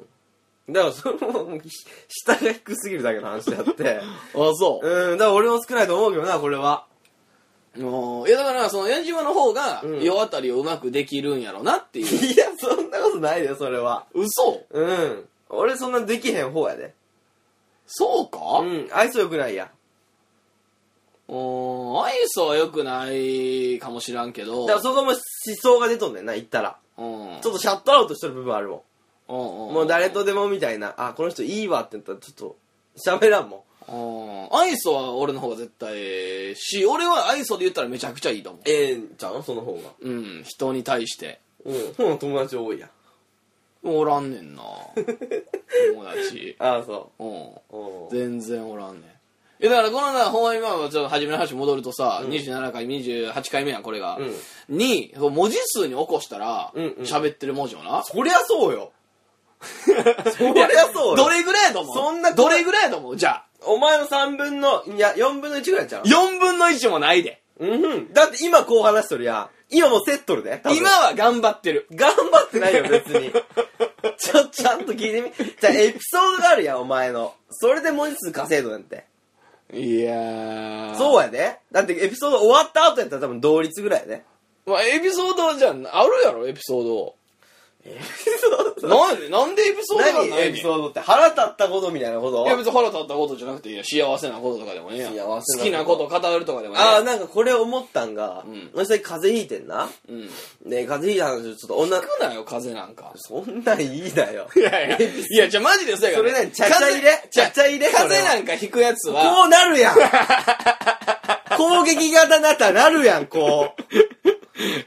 [SPEAKER 1] だからそれももうひ下が低すぎるだけの話であって
[SPEAKER 2] あそう
[SPEAKER 1] うんだから俺も少ないと思うけどなこれは
[SPEAKER 2] もういやだからその矢島の方が
[SPEAKER 1] うん
[SPEAKER 2] 世渡りをうまくできるんやろなって いう、
[SPEAKER 1] いやそんなことないよそれは
[SPEAKER 2] 嘘
[SPEAKER 1] うん俺そんなできへん方やで
[SPEAKER 2] そうかう
[SPEAKER 1] う
[SPEAKER 2] ん
[SPEAKER 1] 愛想良くないや
[SPEAKER 2] ーん愛想は良くないかもしらんけど
[SPEAKER 1] だからそこも思想が出とんねんな言ったら
[SPEAKER 2] うん
[SPEAKER 1] ちょっとシャットアウトしてる部分あるもん
[SPEAKER 2] うんうん
[SPEAKER 1] もう誰とでもみたいなあこの人いいわって言ったらちょっと喋らんも
[SPEAKER 2] うん愛想は俺の方が絶対ええし俺は愛想で言ったらめちゃくちゃいいと思
[SPEAKER 1] んええんちゃうその方が
[SPEAKER 2] ううん人に対して
[SPEAKER 1] うんほな友達多いやん
[SPEAKER 2] おらんね んな友達
[SPEAKER 1] ああそ
[SPEAKER 2] うん
[SPEAKER 1] うおう
[SPEAKER 2] 全然おらんねんいやだからこのなほんまに今ちょっと初めの話戻るとさ、27回28回目やんこれが、にそう文字数に起こしたら
[SPEAKER 1] うんうん
[SPEAKER 2] 喋、ってる文字をな
[SPEAKER 1] そりゃそう よそりゃ そう
[SPEAKER 2] ど
[SPEAKER 1] よ
[SPEAKER 2] れぐらいやと思う
[SPEAKER 1] そんな
[SPEAKER 2] どれぐらいやと思うじゃあ
[SPEAKER 1] お前の3分のいや4分の1ぐらいちゃう
[SPEAKER 2] 4分の1もないで
[SPEAKER 1] うんふんだって今こう話しとるやん今もうセットるで多分
[SPEAKER 2] 今は頑張ってる
[SPEAKER 1] 頑張って ないよ別にちょちゃんと聞いてみじゃあエピソードがあるやんお前のそれで文字数稼いどなんて
[SPEAKER 2] いやー
[SPEAKER 1] そうやでだってエピソード終わった後やったら多分同率ぐらいや で
[SPEAKER 2] まあエピソードじゃんあるやろエピソー
[SPEAKER 1] エピソ
[SPEAKER 2] ド
[SPEAKER 1] ー
[SPEAKER 2] なんでなんでエピソードがない
[SPEAKER 1] 何
[SPEAKER 2] ね
[SPEAKER 1] エ
[SPEAKER 2] ん
[SPEAKER 1] ピ
[SPEAKER 2] い
[SPEAKER 1] ソードって腹立ったことみたいなこと
[SPEAKER 2] や別に腹立ったことじゃなくていいや幸せなこととかでもね
[SPEAKER 1] 幸せなこと
[SPEAKER 2] 好きなこと語るとかでもね
[SPEAKER 1] ああなんかこれ思ったんが、
[SPEAKER 2] ん
[SPEAKER 1] 俺最近風邪ひいてんな
[SPEAKER 2] うん
[SPEAKER 1] ね風邪ひいた話ちょっと女
[SPEAKER 2] 聞くなよ風なんか
[SPEAKER 1] そんなんいいだよ
[SPEAKER 2] いやいやいやじゃあマジでそうや
[SPEAKER 1] そ
[SPEAKER 2] から
[SPEAKER 1] れ何ちゃちゃ入れ
[SPEAKER 2] 風
[SPEAKER 1] ちゃちゃ入れそ
[SPEAKER 2] 風
[SPEAKER 1] れは
[SPEAKER 2] なんか引くやつは
[SPEAKER 1] こうなる やん攻撃型になったらなるやんこう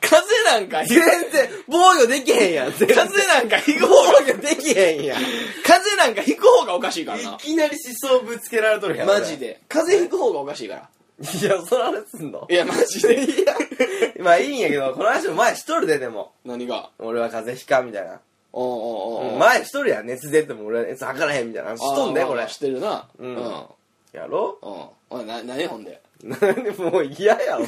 [SPEAKER 2] 風なんか
[SPEAKER 1] 全然防御できへんやん全然
[SPEAKER 2] 風なんか引く
[SPEAKER 1] 防
[SPEAKER 2] 方が
[SPEAKER 1] 御できへんやんい
[SPEAKER 2] 風なんか引く方がおかしいからな
[SPEAKER 1] きなり思想ぶつけられとるやん
[SPEAKER 2] マジで風引く方がおかしいから
[SPEAKER 1] 俺いやその話すんの
[SPEAKER 2] いやマジで
[SPEAKER 1] まあいいんやけどこの話も前しとるででも
[SPEAKER 2] 何が
[SPEAKER 1] 俺は風邪ひかんみたいな
[SPEAKER 2] おうおうおうおう
[SPEAKER 1] 前一人やん熱出ても俺は熱測らへんみたいな話しとんだよ
[SPEAKER 2] あー
[SPEAKER 1] これ
[SPEAKER 2] してるなうんうん
[SPEAKER 1] やろ
[SPEAKER 2] おいな何ほんで
[SPEAKER 1] もう嫌や ろ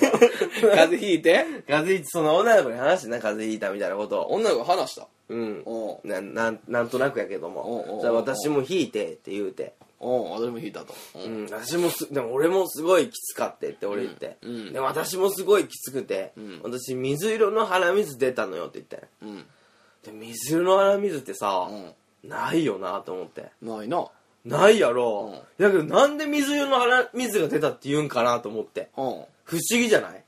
[SPEAKER 2] 風引いて
[SPEAKER 1] 風邪ひいてその女の子に話してな風邪ひいたみたいなことを
[SPEAKER 2] 女の子話した
[SPEAKER 1] うん
[SPEAKER 2] おう
[SPEAKER 1] ななんなんとなくやけど
[SPEAKER 2] おうおうお
[SPEAKER 1] も
[SPEAKER 2] う
[SPEAKER 1] じゃあ私もひいてって言うて
[SPEAKER 2] おう私も引いたと
[SPEAKER 1] う
[SPEAKER 2] うん
[SPEAKER 1] ん、私もすでも俺もすごいきつかってって俺言って、
[SPEAKER 2] うんうん
[SPEAKER 1] で私もすごいきつくて、
[SPEAKER 2] ん
[SPEAKER 1] 私水色の鼻水出たのよって言って
[SPEAKER 2] うん
[SPEAKER 1] で水色の鼻水ってさ、
[SPEAKER 2] う
[SPEAKER 1] ないよなと思って
[SPEAKER 2] んないな
[SPEAKER 1] ないやろ、だけどなんで水色の鼻水が出たって言うんかなと思って
[SPEAKER 2] うん
[SPEAKER 1] 不思議じゃない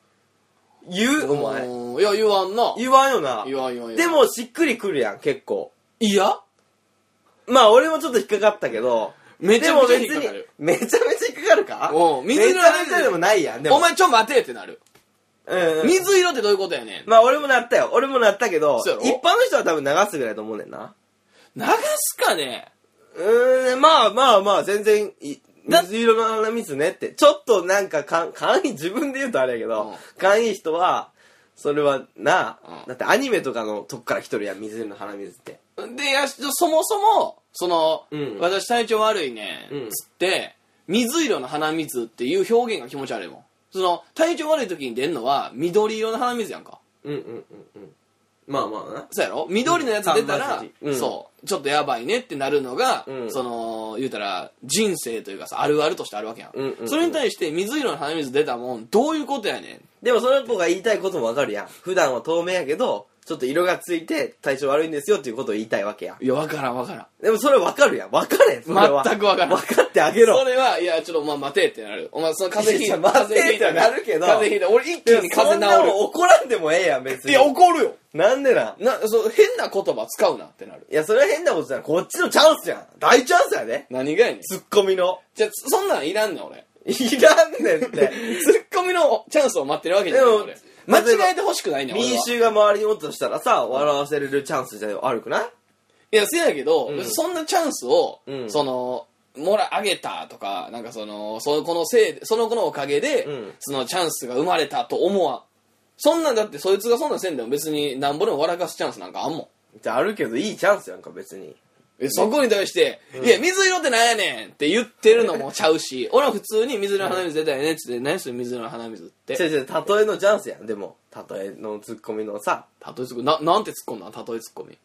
[SPEAKER 1] 言うお前
[SPEAKER 2] うんいや言わんな
[SPEAKER 1] 言わんよな
[SPEAKER 2] 言わん言わん言わん
[SPEAKER 1] でもしっくりくるやん結構
[SPEAKER 2] いや
[SPEAKER 1] まあ俺もちょっと引っかかったけど
[SPEAKER 2] めちゃめちゃ引っかかる
[SPEAKER 1] でも別にめちゃめちゃ引っかかるか
[SPEAKER 2] おう水色の
[SPEAKER 1] めちゃめちゃでもないやんでも
[SPEAKER 2] お前ちょ待てってなる
[SPEAKER 1] うんうん
[SPEAKER 2] 水色ってどういうことやねん
[SPEAKER 1] まあ俺もなったよ俺もなったけど
[SPEAKER 2] そうやろ
[SPEAKER 1] 一般の人は多分流すぐらいだと思うねんな
[SPEAKER 2] 流すかね
[SPEAKER 1] うーんまあまあまあ全然い
[SPEAKER 2] だ
[SPEAKER 1] 水色の鼻水ねってちょっとなんかかん勘いい自分で言うとあれやけど、
[SPEAKER 2] うん
[SPEAKER 1] 勘いい人はそれはな
[SPEAKER 2] うん
[SPEAKER 1] だってアニメとかのとこから来とるやん水の鼻水って
[SPEAKER 2] で、やしそもそも、その、
[SPEAKER 1] うん
[SPEAKER 2] 私体調悪いね、
[SPEAKER 1] うん
[SPEAKER 2] つって、水色の鼻水っていう表現が気持ち悪いもん。その、体調悪い時に出るのは緑色の鼻水やんか。
[SPEAKER 1] うんうんうんうんまあまあな
[SPEAKER 2] そうやろ緑のやつ出た
[SPEAKER 1] う
[SPEAKER 2] ら
[SPEAKER 1] ん、うん
[SPEAKER 2] そう、ちょっとやばいねってなるのが、
[SPEAKER 1] うん
[SPEAKER 2] その、言うたら、人生というかさ、あるあるとしてあるわけやん。
[SPEAKER 1] うんうんうん
[SPEAKER 2] それに対して、水色の鼻水出たもん、どういうことやねん。
[SPEAKER 1] でもその子が言いたいこともわかるやん普段は透明やけどちょっと色がついて体調悪いんですよっていうことを言いたいわけやん
[SPEAKER 2] いや、わからんわからん。
[SPEAKER 1] でもそれわかるやんわかれそれは
[SPEAKER 2] 全くわからん
[SPEAKER 1] 分かってあげろ
[SPEAKER 2] それは、いや、ちょっとお前待てってなる。お前、その風邪ひい
[SPEAKER 1] いや
[SPEAKER 2] た。
[SPEAKER 1] いや待てってなるけど
[SPEAKER 2] 風邪ひいた。俺一気に風
[SPEAKER 1] そんな
[SPEAKER 2] 邪
[SPEAKER 1] もん
[SPEAKER 2] 治
[SPEAKER 1] 怒らんでもええやん別
[SPEAKER 2] る。
[SPEAKER 1] に
[SPEAKER 2] いや、怒るよ。
[SPEAKER 1] なんでなん
[SPEAKER 2] な、そう、変な言葉使うなってなる。
[SPEAKER 1] いやそれは変なことじゃんこっちのチャンスやん大チャンスやで
[SPEAKER 2] 何がやねん。
[SPEAKER 1] ツッコミの
[SPEAKER 2] じゃあ、そんなんいらんねん、俺。
[SPEAKER 1] いらんねんって
[SPEAKER 2] ツッコミのチャンスを待ってるわけじゃない、
[SPEAKER 1] でも
[SPEAKER 2] 俺。間違えてほしくないねん、俺は。
[SPEAKER 1] 民衆が周りにおったとしたらさ笑わせれるチャンスじゃ悪くない
[SPEAKER 2] いや、せやけど、
[SPEAKER 1] うん
[SPEAKER 2] そんなチャンスを、
[SPEAKER 1] うん
[SPEAKER 2] その、もら、あげたとか、なんかその、その子のせいで、その子のおかげで、
[SPEAKER 1] うん
[SPEAKER 2] そのチャンスが生まれたと思わん。そんなんだって、そいつがそんなんせんでも別になんぼでも笑かすチャンスなんかあんもん。
[SPEAKER 1] じゃああるけどいいチャンスやんか別に
[SPEAKER 2] えそこに対して、いや、水色ってなんやねんって言ってるのもちゃうし、 俺は普通に水色の鼻水出たよねって言って、何する水色の鼻水って。
[SPEAKER 1] 違う違う例えのチャンスやんでも例えのツッコミのさ
[SPEAKER 2] たとえツッコミ、な、なんて突っ込んだたとえ突っ込み。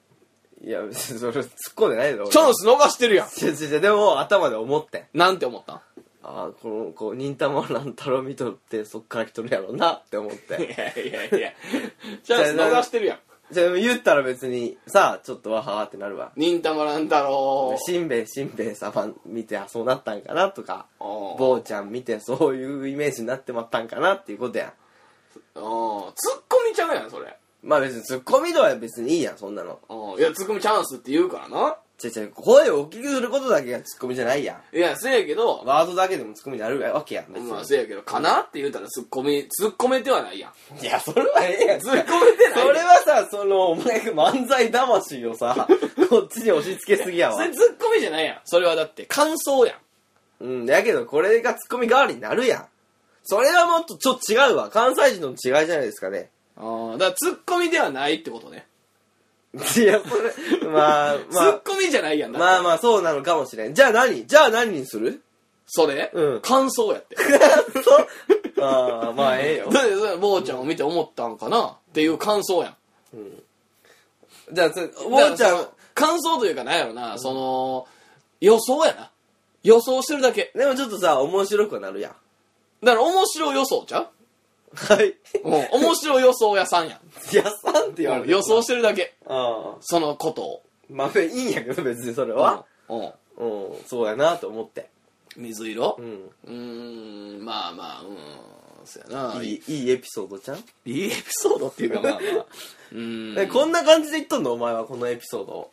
[SPEAKER 1] いや別にそれ突っ込んでないだろ
[SPEAKER 2] チャンス逃してるやん
[SPEAKER 1] 違う違うでも頭で思ってん
[SPEAKER 2] なんて思ったん
[SPEAKER 1] ああこの子忍たま乱太郎見とってそっから来とるやろうなって思っ
[SPEAKER 2] い
[SPEAKER 1] て
[SPEAKER 2] やいやいや、 チャンス逃してるやん。
[SPEAKER 1] じゃあ言ったら別にさちょっとわはーってなるわ
[SPEAKER 2] 忍たま乱太郎。
[SPEAKER 1] しんべヱしんべヱ様見てあそうなったんかなとか
[SPEAKER 2] おー
[SPEAKER 1] 坊ちゃん見てそういうイメージになってまったんかなっていうことやん
[SPEAKER 2] おーツッコミちゃうやんそれ
[SPEAKER 1] まあ別にツッコミ度は別にいいやんそんなの
[SPEAKER 2] おーいやツッコミチャンスって言うからな
[SPEAKER 1] 違う違う声を大きくすることだけがツッコミじゃないやん
[SPEAKER 2] いやせやけど
[SPEAKER 1] ワードだけでもツッコミになるわけやん別に、
[SPEAKER 2] まあせやけどかなって言うたらツッコミツッコめてはないやん
[SPEAKER 1] いやそれはええやん
[SPEAKER 2] ツッコめてない
[SPEAKER 1] それはさそのお前が漫才魂を さこっちに押し付けすぎやわ
[SPEAKER 2] それツッコミじゃないやんそれはだって感想やん
[SPEAKER 1] うんだけどこれがツッコミ代わりになるやんそれはもっとちょっと違うわ関西人の違いじゃないですかね
[SPEAKER 2] あーだからツッコミではないってことね、
[SPEAKER 1] いやそれまあま
[SPEAKER 2] ツ
[SPEAKER 1] あ
[SPEAKER 2] ッコミじゃないやんだって
[SPEAKER 1] まあまあそうなのかもしれんじゃあ何じゃあ何にする
[SPEAKER 2] それ、
[SPEAKER 1] うん
[SPEAKER 2] 感想や って
[SPEAKER 1] そう ああまあええよ
[SPEAKER 2] だってそれ坊ちゃんを見て思ったんかなっていう感想やん
[SPEAKER 1] じゃあそれ坊ちゃ
[SPEAKER 2] だからそ
[SPEAKER 1] ん
[SPEAKER 2] の感想というかなんやろな、その予想やな予想してるだけ
[SPEAKER 1] でもちょっとさ面白くはなるやん
[SPEAKER 2] だから面白い予想ちゃう
[SPEAKER 1] はい
[SPEAKER 2] うん面白い予想屋さんやん。
[SPEAKER 1] やさんって言われる
[SPEAKER 2] 予想してるだけ。
[SPEAKER 1] ああ
[SPEAKER 2] そのことを。
[SPEAKER 1] まあいいんやけど別にそれは
[SPEAKER 2] うんうん
[SPEAKER 1] うん、そうやなと思って
[SPEAKER 2] 水色
[SPEAKER 1] うん
[SPEAKER 2] うーん、まあまあ、うーん、そやな。
[SPEAKER 1] い
[SPEAKER 2] い
[SPEAKER 1] いいいエピソードちゃん、
[SPEAKER 2] いエピソードっていうか、まあまあ。うー
[SPEAKER 1] え
[SPEAKER 2] ん。
[SPEAKER 1] こんな感じで言っとんのお前はこのエピソードを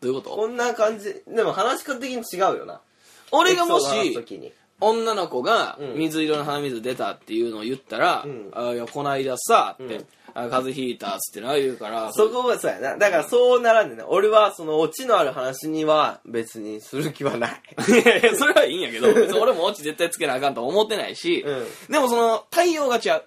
[SPEAKER 2] どういうこと
[SPEAKER 1] こんな感じでも話し方的に違うよな
[SPEAKER 2] 俺がも
[SPEAKER 1] エピソードの話す
[SPEAKER 2] し、
[SPEAKER 1] 時に
[SPEAKER 2] 女の子が
[SPEAKER 1] うん
[SPEAKER 2] 水色の鼻水出たっていうのを言ったら、
[SPEAKER 1] うん
[SPEAKER 2] あいや、こないださ、っ
[SPEAKER 1] う
[SPEAKER 2] て
[SPEAKER 1] ん、
[SPEAKER 2] あ風邪ひいたっつってな言うから、
[SPEAKER 1] そこがそうやなだからそうならんねんな俺はそのオチのある話には別にする気はない
[SPEAKER 2] いやいやそれはいいんやけど、別に俺もオチ絶対つけなあかんとは思ってない し、
[SPEAKER 1] う
[SPEAKER 2] でもその対応が違う。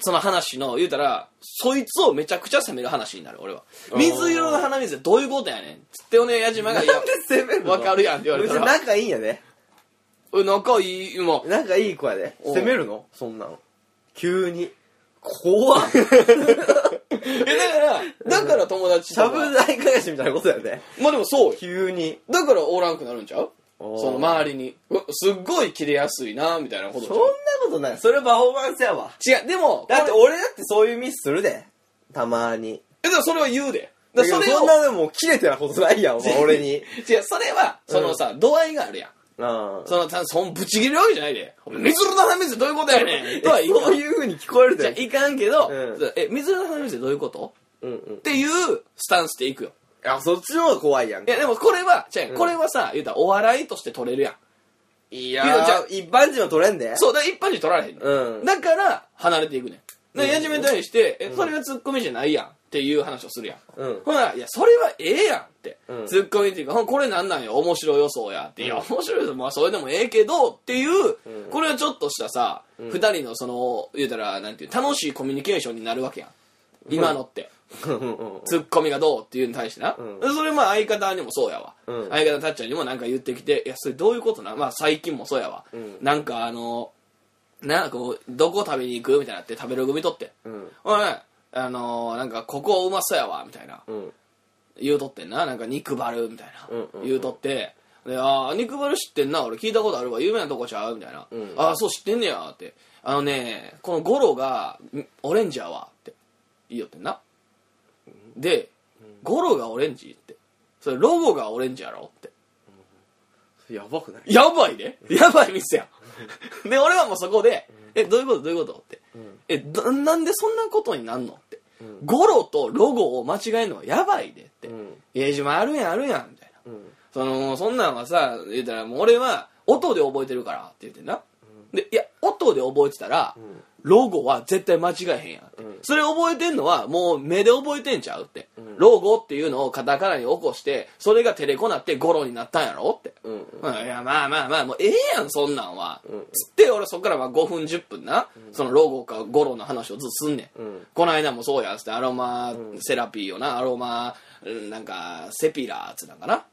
[SPEAKER 2] その話の、言うたら、そいつをめちゃくちゃ責める話になる、俺は。
[SPEAKER 1] おー
[SPEAKER 2] 水色の鼻水はどういうことやねん。つっておね、矢島が、いや、
[SPEAKER 1] 責めるの
[SPEAKER 2] わかるやんって言われた
[SPEAKER 1] 別
[SPEAKER 2] ら
[SPEAKER 1] に仲いいんやで
[SPEAKER 2] うん仲いい、もう
[SPEAKER 1] 仲いい子やで
[SPEAKER 2] おう
[SPEAKER 1] 責めるのそんなの急に怖 っ
[SPEAKER 2] え、だから、だから友達
[SPEAKER 1] し
[SPEAKER 2] と
[SPEAKER 1] ゃ
[SPEAKER 2] か。
[SPEAKER 1] ぶ台返しみたいなことやで
[SPEAKER 2] まあでもそうよ。
[SPEAKER 1] 急に
[SPEAKER 2] だからおらんくなるんちゃう
[SPEAKER 1] おー
[SPEAKER 2] その周りに。うわすっごい切れやすいな、みたいなことで
[SPEAKER 1] そんなことないそれパフォーマンスやわ
[SPEAKER 2] しょ違う、でも、
[SPEAKER 1] だって
[SPEAKER 2] これ
[SPEAKER 1] 俺だってそういうミスするでたまに
[SPEAKER 2] え、でもそれは言うで。だ
[SPEAKER 1] だ
[SPEAKER 2] から
[SPEAKER 1] そ
[SPEAKER 2] それ
[SPEAKER 1] そん
[SPEAKER 2] を、
[SPEAKER 1] なでも切れてなことない やんお前俺に
[SPEAKER 2] 違う、それは、そのさ、度合いがあるやん。
[SPEAKER 1] うん
[SPEAKER 2] その、たそんぶち切れるわけじゃないで。水の鼻水どういうことやねん とは言う
[SPEAKER 1] そういう風に聞こえる
[SPEAKER 2] じゃ
[SPEAKER 1] で
[SPEAKER 2] いかんけど、
[SPEAKER 1] うん
[SPEAKER 2] え、水の鼻水どういうこと
[SPEAKER 1] うんうん
[SPEAKER 2] っていうスタンスでいくよ。
[SPEAKER 1] あそっちの方が怖いやん
[SPEAKER 2] いや、でもこれは、じゃあ
[SPEAKER 1] うん
[SPEAKER 2] これはさ、言うたらお笑いとして取れるやん。
[SPEAKER 1] い
[SPEAKER 2] けどじゃあ
[SPEAKER 1] 一般人は取れんで
[SPEAKER 2] そう、だから一般人取られへんねん、
[SPEAKER 1] うん
[SPEAKER 2] だから、離れていくねん。で、矢島に対して、え、それはツッコミじゃないやん。っていう話をするやん、
[SPEAKER 1] うん
[SPEAKER 2] ほらいやそれはええやんって、
[SPEAKER 1] うん
[SPEAKER 2] ツッコミっていうかほんこれなんなんよ面白予想やって、いや面白い予想まあそれでもええけどっていう、
[SPEAKER 1] うん
[SPEAKER 2] これはちょっとしたさ、二人のその言うたらなんていう楽しいコミュニケーションになるわけやん今のって、ツッコミがどうっていうのに対してな、
[SPEAKER 1] う
[SPEAKER 2] それまあ相方にもそうやわ、
[SPEAKER 1] うん
[SPEAKER 2] 相方のたっちゃんにもなんか言ってきて「いやそれどういうことなまあ最近もそうやわ、
[SPEAKER 1] ん
[SPEAKER 2] なんかあのなこうどこ食べに行くみたいなって食べログ見とって
[SPEAKER 1] うんうん
[SPEAKER 2] 「おいあのなんかここうまそうやわ」みたいな
[SPEAKER 1] うん
[SPEAKER 2] 言うとってんななんか肉バルみたいな、
[SPEAKER 1] うんうんうん
[SPEAKER 2] 言うとってで「ああ肉バル知ってんな俺聞いたことあるわ有名なとこちゃう?」みたいな「
[SPEAKER 1] うん
[SPEAKER 2] ああそう知ってんねや」って「あのねこのゴロがんオレンジやわ」って言いよってんなで「ゴロがオレンジ?」ってそれロゴがオレンジやろって
[SPEAKER 1] やばくない
[SPEAKER 2] やばいねやばい店やんで俺はもうそこで「えどういうことどういうこと?」って
[SPEAKER 1] うん
[SPEAKER 2] 「えどなんでそんなことになんの?」って「ゴロとロゴを間違えるのはやばいで」って
[SPEAKER 1] うん
[SPEAKER 2] 「いやまああるやんあるやん」みたいな
[SPEAKER 1] うん
[SPEAKER 2] そのそんなんはさ言うたらもう俺は音で覚えてるからって言ってんな、でいや音で覚えてたら、
[SPEAKER 1] ん
[SPEAKER 2] ロゴは絶対間違えへんやんって、
[SPEAKER 1] うん
[SPEAKER 2] それ覚えてんのはもう目で覚えてんちゃうって、
[SPEAKER 1] ん
[SPEAKER 2] ロゴっていうのをカタカナに起こしてそれがテレコなってゴロになったんやろって、
[SPEAKER 1] うん
[SPEAKER 2] うんいやまあまあまあもうええやんそんなんは、
[SPEAKER 1] うん
[SPEAKER 2] つって俺そっからまあ5分10分な、そのロゴかゴロの話をずっとすんねん、
[SPEAKER 1] うん
[SPEAKER 2] この間もそうやんつってアロマセラピーをなアロマうんなんかセピラーっつなんかな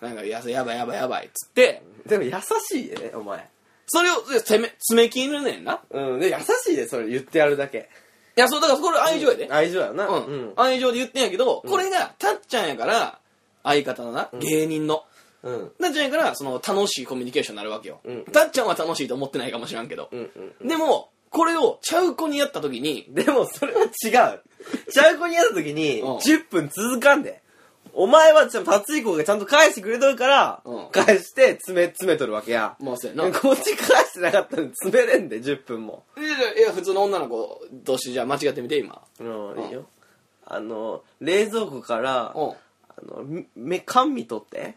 [SPEAKER 2] なんかややばいやばいやばいっつって
[SPEAKER 1] でも優しいでねお前
[SPEAKER 2] それをで攻め詰め切るねんな
[SPEAKER 1] うんで優しいでそれ言ってやるだけ
[SPEAKER 2] いやそうだからこれ愛情やで、
[SPEAKER 1] 愛情やな
[SPEAKER 2] うん愛情で言ってんやけど、これがたっちゃんやから相方のな芸人の、
[SPEAKER 1] うんうん
[SPEAKER 2] たっちゃんやからその楽しいコミュニケーションになるわけよ、
[SPEAKER 1] うん
[SPEAKER 2] たっちゃんは楽しいと思ってないかもしらんけど、
[SPEAKER 1] うんうん
[SPEAKER 2] でも、これをちゃう子にやった時に、
[SPEAKER 1] でもそれは違う。ちゃうこにやった時に、
[SPEAKER 2] うん
[SPEAKER 1] 10分続かんで。お前はちゃんと、達以降がちゃんと返してくれとるから、
[SPEAKER 2] うん
[SPEAKER 1] 返して詰め、詰めとるわけや。
[SPEAKER 2] まあそうやな。い
[SPEAKER 1] こっち返してなかったら詰めれんで、10分も。
[SPEAKER 2] や、いや普通の女の子同士じゃあ間違ってみて、今。
[SPEAKER 1] うん、
[SPEAKER 2] うん
[SPEAKER 1] いいよ。あの、冷蔵庫から、
[SPEAKER 2] うん。
[SPEAKER 1] あの、めめ、缶見 とって。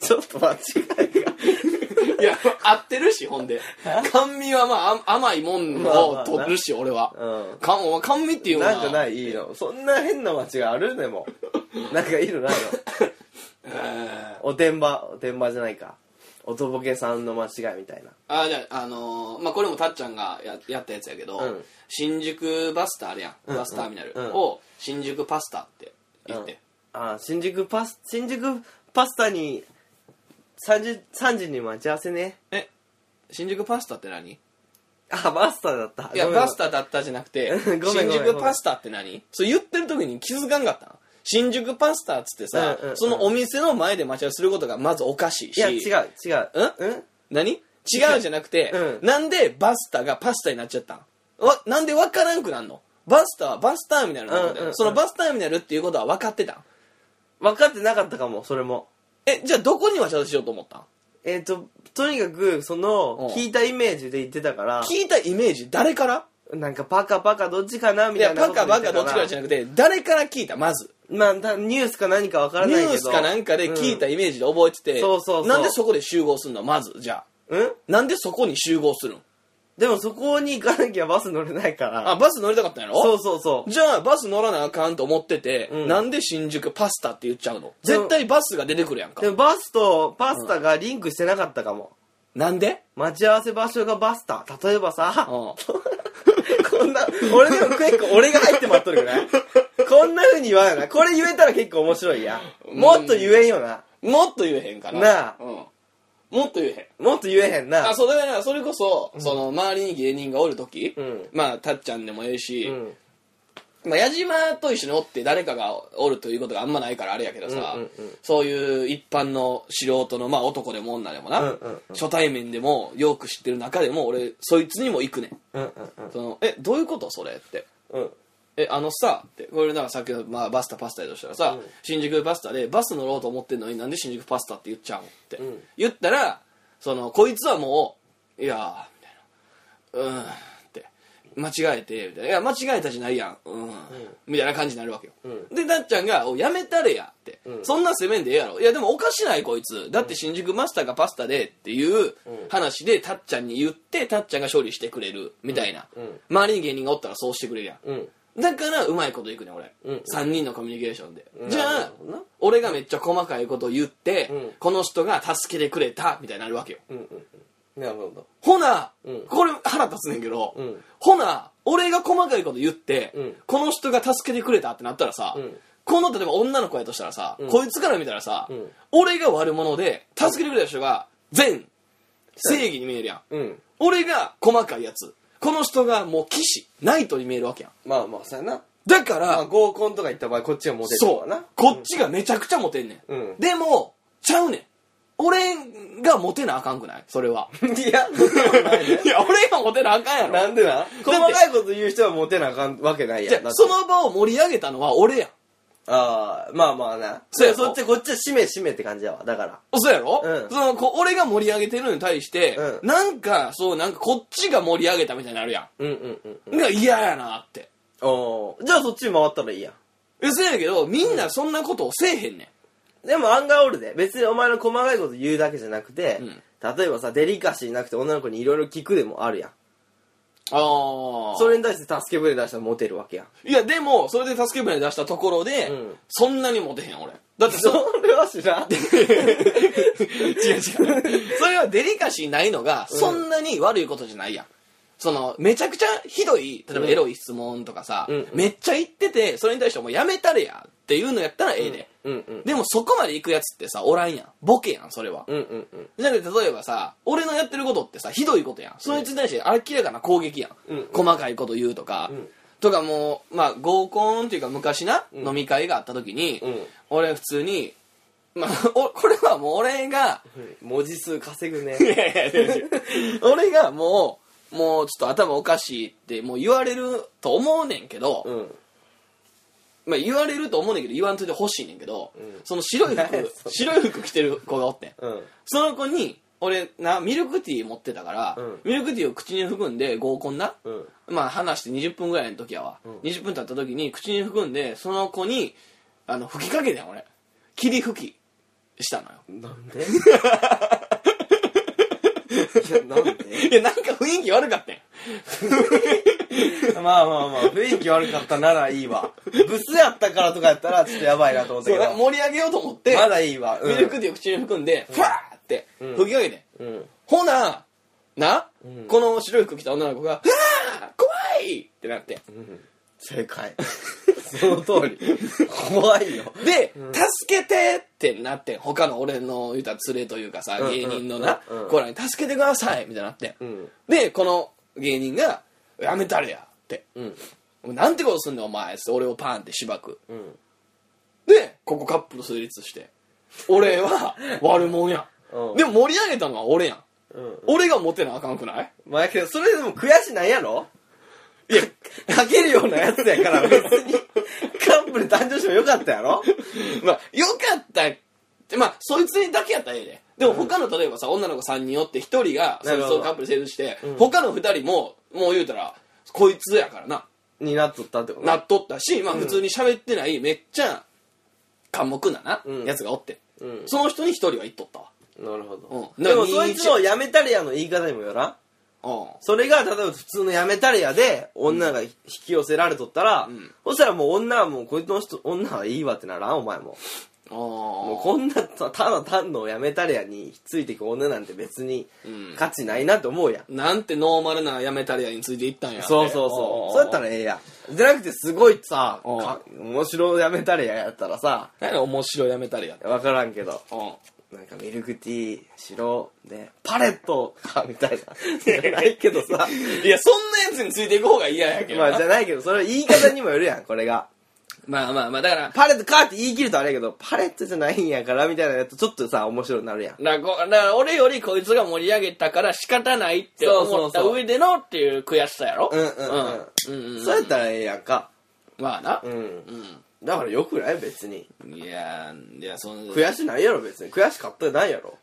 [SPEAKER 1] ちょっと間違いが。
[SPEAKER 2] いや、合ってるし、ほんで。 甘味はまああ、甘いもん
[SPEAKER 1] ま
[SPEAKER 2] を
[SPEAKER 1] あまあな
[SPEAKER 2] 取るし、俺は。
[SPEAKER 1] うん。
[SPEAKER 2] かん、甘味っていうのは。
[SPEAKER 1] なんかない、いいの。そんな変な間違いある でも。なんかいいのないの。
[SPEAKER 2] えー
[SPEAKER 1] おてんば、おてんばじゃないか。おとぼけさんの間違いみたいな。
[SPEAKER 2] あ、じゃあ、あのーまあ、これもたっちゃんがややったやつやけど、
[SPEAKER 1] うん
[SPEAKER 2] 新宿バスターあるやん。バスターミナル
[SPEAKER 1] うん
[SPEAKER 2] を、新宿パスタって言って。
[SPEAKER 1] あ新宿パス新宿パスタに3時 ,3 時に待ち合わせね
[SPEAKER 2] え、新宿パスタって何
[SPEAKER 1] あパスタだった
[SPEAKER 2] いや、
[SPEAKER 1] ごめんごめん
[SPEAKER 2] パスタだったじゃなくて
[SPEAKER 1] ごめん、ごめん
[SPEAKER 2] 新宿パスタって何そう言ってる時に気づかんかったの新宿パスタっつってさ
[SPEAKER 1] うんうんう、ん
[SPEAKER 2] そのお店の前で待ち合わせすることがまずおかしいし。
[SPEAKER 1] いや違う違ううん
[SPEAKER 2] 何違うじゃなくて、
[SPEAKER 1] うん
[SPEAKER 2] なんでバスタがパスタになっちゃったんわ、なんでわからんくなんのバスタはバスターミナルなんだよ、
[SPEAKER 1] うんうんうん
[SPEAKER 2] そのバスターミナルっていうことは分かってたん
[SPEAKER 1] 分かってなかったかもそれも
[SPEAKER 2] え、じゃあどこに待ち合わせしようと思ったん
[SPEAKER 1] えっ、ととにかくそ
[SPEAKER 2] うん
[SPEAKER 1] の聞いたイメージで言ってたから
[SPEAKER 2] 聞いたイメージ、誰から
[SPEAKER 1] なんかパカパカどっちかないみた
[SPEAKER 2] や、
[SPEAKER 1] いな
[SPEAKER 2] パ
[SPEAKER 1] こ
[SPEAKER 2] カ
[SPEAKER 1] と言
[SPEAKER 2] バ
[SPEAKER 1] って
[SPEAKER 2] カ
[SPEAKER 1] た
[SPEAKER 2] どっちからじゃなくて、誰から聞いたまず。
[SPEAKER 1] まあたニュースか何かわから
[SPEAKER 2] ニ
[SPEAKER 1] ないけ
[SPEAKER 2] ュ
[SPEAKER 1] ど
[SPEAKER 2] ースかなんかで聞いたイメージで覚えてて、
[SPEAKER 1] うんそうそうそう
[SPEAKER 2] なんでそこで集合するのまずじゃあ
[SPEAKER 1] うん、うん
[SPEAKER 2] なんでそこに集合するん
[SPEAKER 1] でもそこに行かなきゃバス乗れないから
[SPEAKER 2] あバス乗りたかったんやろ
[SPEAKER 1] そうそうそう
[SPEAKER 2] じゃあバス乗らなあかんと思ってて、
[SPEAKER 1] うん
[SPEAKER 2] なんで新宿パスタって言っちゃうの
[SPEAKER 1] でも
[SPEAKER 2] 絶対バスが出てくるやんか
[SPEAKER 1] でもバスとパスタがリンクしてなかったかも、
[SPEAKER 2] なんで
[SPEAKER 1] 待ち合わせ場所がバスタ例えばさ、
[SPEAKER 2] うん
[SPEAKER 1] こんな、俺でも結構俺が入って待っとる ぐらい。こんな風に言わんよな。これ言えたら結構面白いや。もっと言えんよな。
[SPEAKER 2] もっと言えへんかな
[SPEAKER 1] なあ
[SPEAKER 2] うん、もっと言えへん
[SPEAKER 1] もっと言えへんな。
[SPEAKER 2] あそれはなそれこそ,、その周りに芸人がおる時、
[SPEAKER 1] うん
[SPEAKER 2] まあたっちゃんでもええし、
[SPEAKER 1] うん。
[SPEAKER 2] まあ、矢島と一緒におって誰かがおるということがあんまないからあれやけどさ、
[SPEAKER 1] うんうんうん
[SPEAKER 2] そういう一般の素人の、まあ、男でも女でもな、
[SPEAKER 1] うんうんうん
[SPEAKER 2] 初対面でもよく知ってる中でも俺そいつにも行くねん
[SPEAKER 1] うん
[SPEAKER 2] そのえどういうことそれって
[SPEAKER 1] うんうん。
[SPEAKER 2] えあのさってこれなんかさっきの、まあ、バスタパスタやとしたらさ、
[SPEAKER 1] うん
[SPEAKER 2] 新宿パスタでバス乗ろうと思ってんのになんで新宿パスタって言っちゃうんって、
[SPEAKER 1] うん
[SPEAKER 2] 言ったらそのこいつはもう「いやー」みたいな「うーん」って「間違えて」みたいな「いや間違えたじゃないやん」うん、みたいな感じになるわけよ、
[SPEAKER 1] う
[SPEAKER 2] でたっちゃんが「おやめたれや」って、
[SPEAKER 1] うん
[SPEAKER 2] そんな責めんでええやろいやでもおかしないこいつだって新宿マスターがパスタでっていう話でたっちゃんに言ってたっちゃんが処理してくれるみたいな、
[SPEAKER 1] うんうん
[SPEAKER 2] 周りに芸人がおったらそうしてくれるやん
[SPEAKER 1] うん。
[SPEAKER 2] だからうまいこといくね俺、
[SPEAKER 1] うん
[SPEAKER 2] 3人のコミュニケーションで、
[SPEAKER 1] うん
[SPEAKER 2] じゃ
[SPEAKER 1] なる
[SPEAKER 2] あ
[SPEAKER 1] ほどな
[SPEAKER 2] 俺がめっちゃ細かいこと言って、
[SPEAKER 1] うん
[SPEAKER 2] この人が助けてくれたみたいになるわけよ
[SPEAKER 1] うんうんうんなるほど
[SPEAKER 2] ほな、
[SPEAKER 1] うん
[SPEAKER 2] これ腹立つねんけど、
[SPEAKER 1] うん
[SPEAKER 2] ほな俺が細かいこと言って、
[SPEAKER 1] うん
[SPEAKER 2] この人が助けてくれたってなったらさ、
[SPEAKER 1] うん
[SPEAKER 2] この例えば女の子やとしたらさ、
[SPEAKER 1] ん
[SPEAKER 2] こいつから見たらさ、
[SPEAKER 1] うん
[SPEAKER 2] 俺が悪者で助けてくれた人が善正義に見えるやん
[SPEAKER 1] うん
[SPEAKER 2] 俺が細かいやつこの人がもう騎士ナイトに見えるわけやん
[SPEAKER 1] まあまあそうやな
[SPEAKER 2] だから、
[SPEAKER 1] まあ合コンとか行った場合こっちがモテる
[SPEAKER 2] そ
[SPEAKER 1] わ
[SPEAKER 2] う
[SPEAKER 1] な
[SPEAKER 2] こっちがめちゃくちゃモテんねん、
[SPEAKER 1] うん
[SPEAKER 2] でもちゃうねん俺がモテなあかんくないそれは
[SPEAKER 1] いやそんなことないね
[SPEAKER 2] いや俺がモテなあかんやろ
[SPEAKER 1] なんでな細かいこと言う人はモテなあかんわけない
[SPEAKER 2] じゃ
[SPEAKER 1] やんだって
[SPEAKER 2] その場を盛り上げたのは俺やん
[SPEAKER 1] ああまあまあな
[SPEAKER 2] そうやろ
[SPEAKER 1] そっちこっちはしめしめって感じやわだから
[SPEAKER 2] そうやろ、
[SPEAKER 1] うん
[SPEAKER 2] そのこ俺が盛り上げてるのに対して、
[SPEAKER 1] うん
[SPEAKER 2] なんかそうなんかこっちが盛り上げたみたいになるや
[SPEAKER 1] うんうんう
[SPEAKER 2] ん、
[SPEAKER 1] ん
[SPEAKER 2] が嫌やなって
[SPEAKER 1] おーじゃあそっちに回ったらいいやん
[SPEAKER 2] えそうやけどみんなそんなことをせえへんねん
[SPEAKER 1] でも案外おるで別にお前の細かいこと言うだけじゃなくて、例えばさデリカシーなくて女の子にいろいろ聞くでもあるやん
[SPEAKER 2] ああ
[SPEAKER 1] それに対して助け舟出したらモテるわけやん
[SPEAKER 2] いやでもそれで助け舟出したところで、
[SPEAKER 1] うん
[SPEAKER 2] そんなにモテへん俺だって
[SPEAKER 1] そ
[SPEAKER 2] そ
[SPEAKER 1] れは知らん
[SPEAKER 2] 違う違うそれはデリカシーないのがそんなに悪いことじゃないやん、そのめちゃくちゃひどい例えば
[SPEAKER 1] うん
[SPEAKER 2] エロい質問とかさ、
[SPEAKER 1] うん
[SPEAKER 2] めっちゃ言っててそれに対してもうやめたれやっていうのやったらええで、
[SPEAKER 1] うんうん
[SPEAKER 2] でもそこまで行くやつってさおらんやんボケやんそれは、
[SPEAKER 1] うんうんうん
[SPEAKER 2] じゃなくて例えばさ俺のやってることってさひどいことやんそいつに対して明らかな攻撃やん、
[SPEAKER 1] うん
[SPEAKER 2] 細かいこと言うとか、
[SPEAKER 1] ん
[SPEAKER 2] とかもう、まあ、合コンっていうか昔な、
[SPEAKER 1] ん
[SPEAKER 2] 飲み会があった時に、
[SPEAKER 1] うん
[SPEAKER 2] 俺普通に、まあ、 おこれはもう俺が
[SPEAKER 1] 文字数稼ぐね
[SPEAKER 2] いやいやいやいや俺がもうもうちょっと頭おかしいってもう言われると思うねんけど、
[SPEAKER 1] うん
[SPEAKER 2] まあ、言われると思うねんけど言わんといてほしいねんけど、
[SPEAKER 1] ん
[SPEAKER 2] その白い
[SPEAKER 1] 何や
[SPEAKER 2] 服
[SPEAKER 1] それ
[SPEAKER 2] 白い服着てる子がおってん
[SPEAKER 1] うん
[SPEAKER 2] その子に俺なミルクティー持ってたから、
[SPEAKER 1] うん
[SPEAKER 2] ミルクティーを口に含んで合コンな、
[SPEAKER 1] うん
[SPEAKER 2] まあ話して20分ぐらいの時やわ、20分経った時に口に含んでその子にあの吹きかけてん俺霧吹きしたのよ
[SPEAKER 1] なんでいやなんで
[SPEAKER 2] いやなんか雰囲気悪かったん
[SPEAKER 1] まあまあまあ雰囲気悪かったならいいわブスやったからとかやったらちょっとやばいなと思った
[SPEAKER 2] そう
[SPEAKER 1] けど
[SPEAKER 2] なんか盛り上げようと思って、
[SPEAKER 1] まだいいわうん
[SPEAKER 2] ミルクティーを口に含んで、ふわーって
[SPEAKER 1] ん
[SPEAKER 2] 吹きかけてん、
[SPEAKER 1] うん
[SPEAKER 2] ほなな、
[SPEAKER 1] うん
[SPEAKER 2] この白い服着た女の子が「うわー怖い!」ってなって
[SPEAKER 1] 正解その通り怖いよ
[SPEAKER 2] で、助けてってなってん他の俺の言うたら連れというかさ、
[SPEAKER 1] うん
[SPEAKER 2] 芸人のな、
[SPEAKER 1] うんうん
[SPEAKER 2] 子らに「助けてください」みたいになって、
[SPEAKER 1] うん
[SPEAKER 2] でこの芸人が「やめたれや」って
[SPEAKER 1] う
[SPEAKER 2] 「
[SPEAKER 1] ん
[SPEAKER 2] なんてことすんねんお前」つって俺をパンってしばく
[SPEAKER 1] うん
[SPEAKER 2] でここカップル成立して俺は悪者や
[SPEAKER 1] うん
[SPEAKER 2] んでも盛り上げたのは俺やん
[SPEAKER 1] うん
[SPEAKER 2] 俺がモテなあかんくない
[SPEAKER 1] まあやけどそれでも悔しないやろいや かけるようなやつやから別 にカップル誕生してもよかったやろ
[SPEAKER 2] まあ、よかったって、まあ、そいつにだけやったらええで。でも他の、例えばさ、女の子3人おって、1人が、そ
[SPEAKER 1] ないる
[SPEAKER 2] つ
[SPEAKER 1] ほど
[SPEAKER 2] とカップル成立して、他の2人も、もう言うたら、こいつやからな、
[SPEAKER 1] になっとったってこと
[SPEAKER 2] なっとったし、まあ、普通に喋ってない、めっちゃ、寡黙なな、
[SPEAKER 1] うん
[SPEAKER 2] やつがおって。
[SPEAKER 1] うん
[SPEAKER 2] その人に1人は言っとったわ。
[SPEAKER 1] なるほど、
[SPEAKER 2] うん
[SPEAKER 1] でもそい
[SPEAKER 2] だ
[SPEAKER 1] つ
[SPEAKER 2] から
[SPEAKER 1] の「やめたれや」の言い方にもよらん
[SPEAKER 2] う
[SPEAKER 1] それが例えば普通のやめたれやで女が引き寄せられとったら、
[SPEAKER 2] ん
[SPEAKER 1] そしたらもう女はもうこいつの人女はいいわってならんお前も
[SPEAKER 2] ん。も
[SPEAKER 1] もうこんなたただ単のやめたれやについていく女なんて別に
[SPEAKER 2] うん
[SPEAKER 1] 価値ないなって思うやん、
[SPEAKER 2] なんてノーマルなやめたりやについていったんや。
[SPEAKER 1] そうそう
[SPEAKER 2] お
[SPEAKER 1] そう
[SPEAKER 2] お
[SPEAKER 1] そうやったらええやんじゃなくてすごいさ
[SPEAKER 2] うん
[SPEAKER 1] か面白やめたれややったらさ
[SPEAKER 2] 何や面白いやめたりやって。
[SPEAKER 1] 分からんけど
[SPEAKER 2] うん。
[SPEAKER 1] なんかミルクティー白でパレットかみたい なじゃないけどさ
[SPEAKER 2] いや、そんなやつについていく方が嫌やけど
[SPEAKER 1] ま
[SPEAKER 2] な。
[SPEAKER 1] あじゃないけどそれ言い方にもよるやんこれが
[SPEAKER 2] まあまあまあ、だから、
[SPEAKER 1] パレットかって言い切るとあれやけど、パレットじゃないんやからみたいなやつちょっとさ、面白くなるやん。
[SPEAKER 2] だからこだから俺よりこいつが盛り上げたから仕方ないって思った
[SPEAKER 1] そうそうそう
[SPEAKER 2] 上でのっていう悔しさやろ
[SPEAKER 1] うんうん
[SPEAKER 2] うんうんうん
[SPEAKER 1] そうやったらええやんか。
[SPEAKER 2] まあな
[SPEAKER 1] う、ん。
[SPEAKER 2] う
[SPEAKER 1] だからよくない別に。
[SPEAKER 2] ん、いやいやその悔
[SPEAKER 1] 悔しないやろ別に。悔しかったないやろ。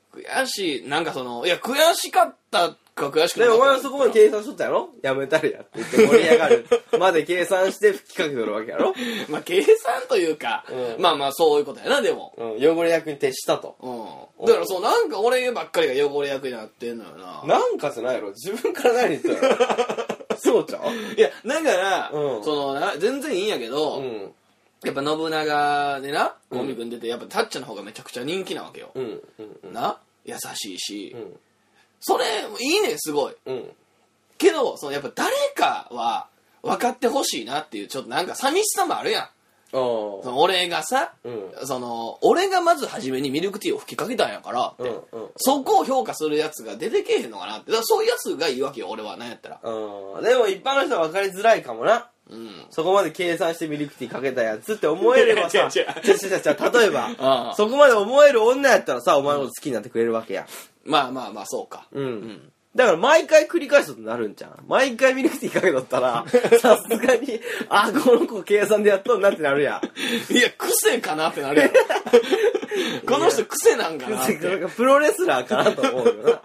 [SPEAKER 2] しいなんかそのいや悔しかったか悔しくな
[SPEAKER 1] で、
[SPEAKER 2] かった
[SPEAKER 1] お前はそこまで計算しとったやろやめたれやって言って盛り上が る。まで計算して吹きかけとるわけやろ
[SPEAKER 2] まあ計算というか、
[SPEAKER 1] うん
[SPEAKER 2] まあまあそういうことやなでも
[SPEAKER 1] うん。汚れ役に徹したと。
[SPEAKER 2] うんだからそうなんか俺ばっかりが汚れ役になってんのよな
[SPEAKER 1] なんかじゃないやろ自分から何言ったやろそうちゃう
[SPEAKER 2] いやだから、
[SPEAKER 1] うん
[SPEAKER 2] そのな全然いいんやけど、
[SPEAKER 1] うん
[SPEAKER 2] やっぱ信長でな
[SPEAKER 1] うん
[SPEAKER 2] コンビ組んでてやっぱタッチャの方がめちゃくちゃ人気なわけよ、
[SPEAKER 1] うんうんうん
[SPEAKER 2] な優しいし、
[SPEAKER 1] うん
[SPEAKER 2] それいいねすごい
[SPEAKER 1] うん
[SPEAKER 2] けどそのやっぱ誰かは分かってほしいなっていうちょっとなんか寂しさもあるやん
[SPEAKER 1] あ
[SPEAKER 2] そ
[SPEAKER 1] あ
[SPEAKER 2] の俺がさ、
[SPEAKER 1] うん
[SPEAKER 2] その俺がまず初めにミルクティーを吹きかけたんやからって、
[SPEAKER 1] うんうん
[SPEAKER 2] そこを評価するやつが出てけえへんのかなってだからそういうやつがいいわけよ俺はなんやったら
[SPEAKER 1] うんでも一般の人は分かりづらいかもな
[SPEAKER 2] うん
[SPEAKER 1] そこまで計算してミルクティーかけたやつって思えれ ば
[SPEAKER 2] 違う
[SPEAKER 1] さ
[SPEAKER 2] 違う
[SPEAKER 1] 違う違う違う例え
[SPEAKER 2] ああ
[SPEAKER 1] ばそこまで思える女やったらさお前のこと好きになってくれるわけや
[SPEAKER 2] まあまあまあそうか
[SPEAKER 1] うん、
[SPEAKER 2] ん
[SPEAKER 1] だから毎回繰り返すとなるんじゃん毎回ミルクティーかけとった らさすがにあこの子計算でやっとんなってなるやん
[SPEAKER 2] いや癖かなってなるや んこの人癖なんかなっ
[SPEAKER 1] 別にこれ
[SPEAKER 2] て
[SPEAKER 1] がプロレスラーかなと思うよな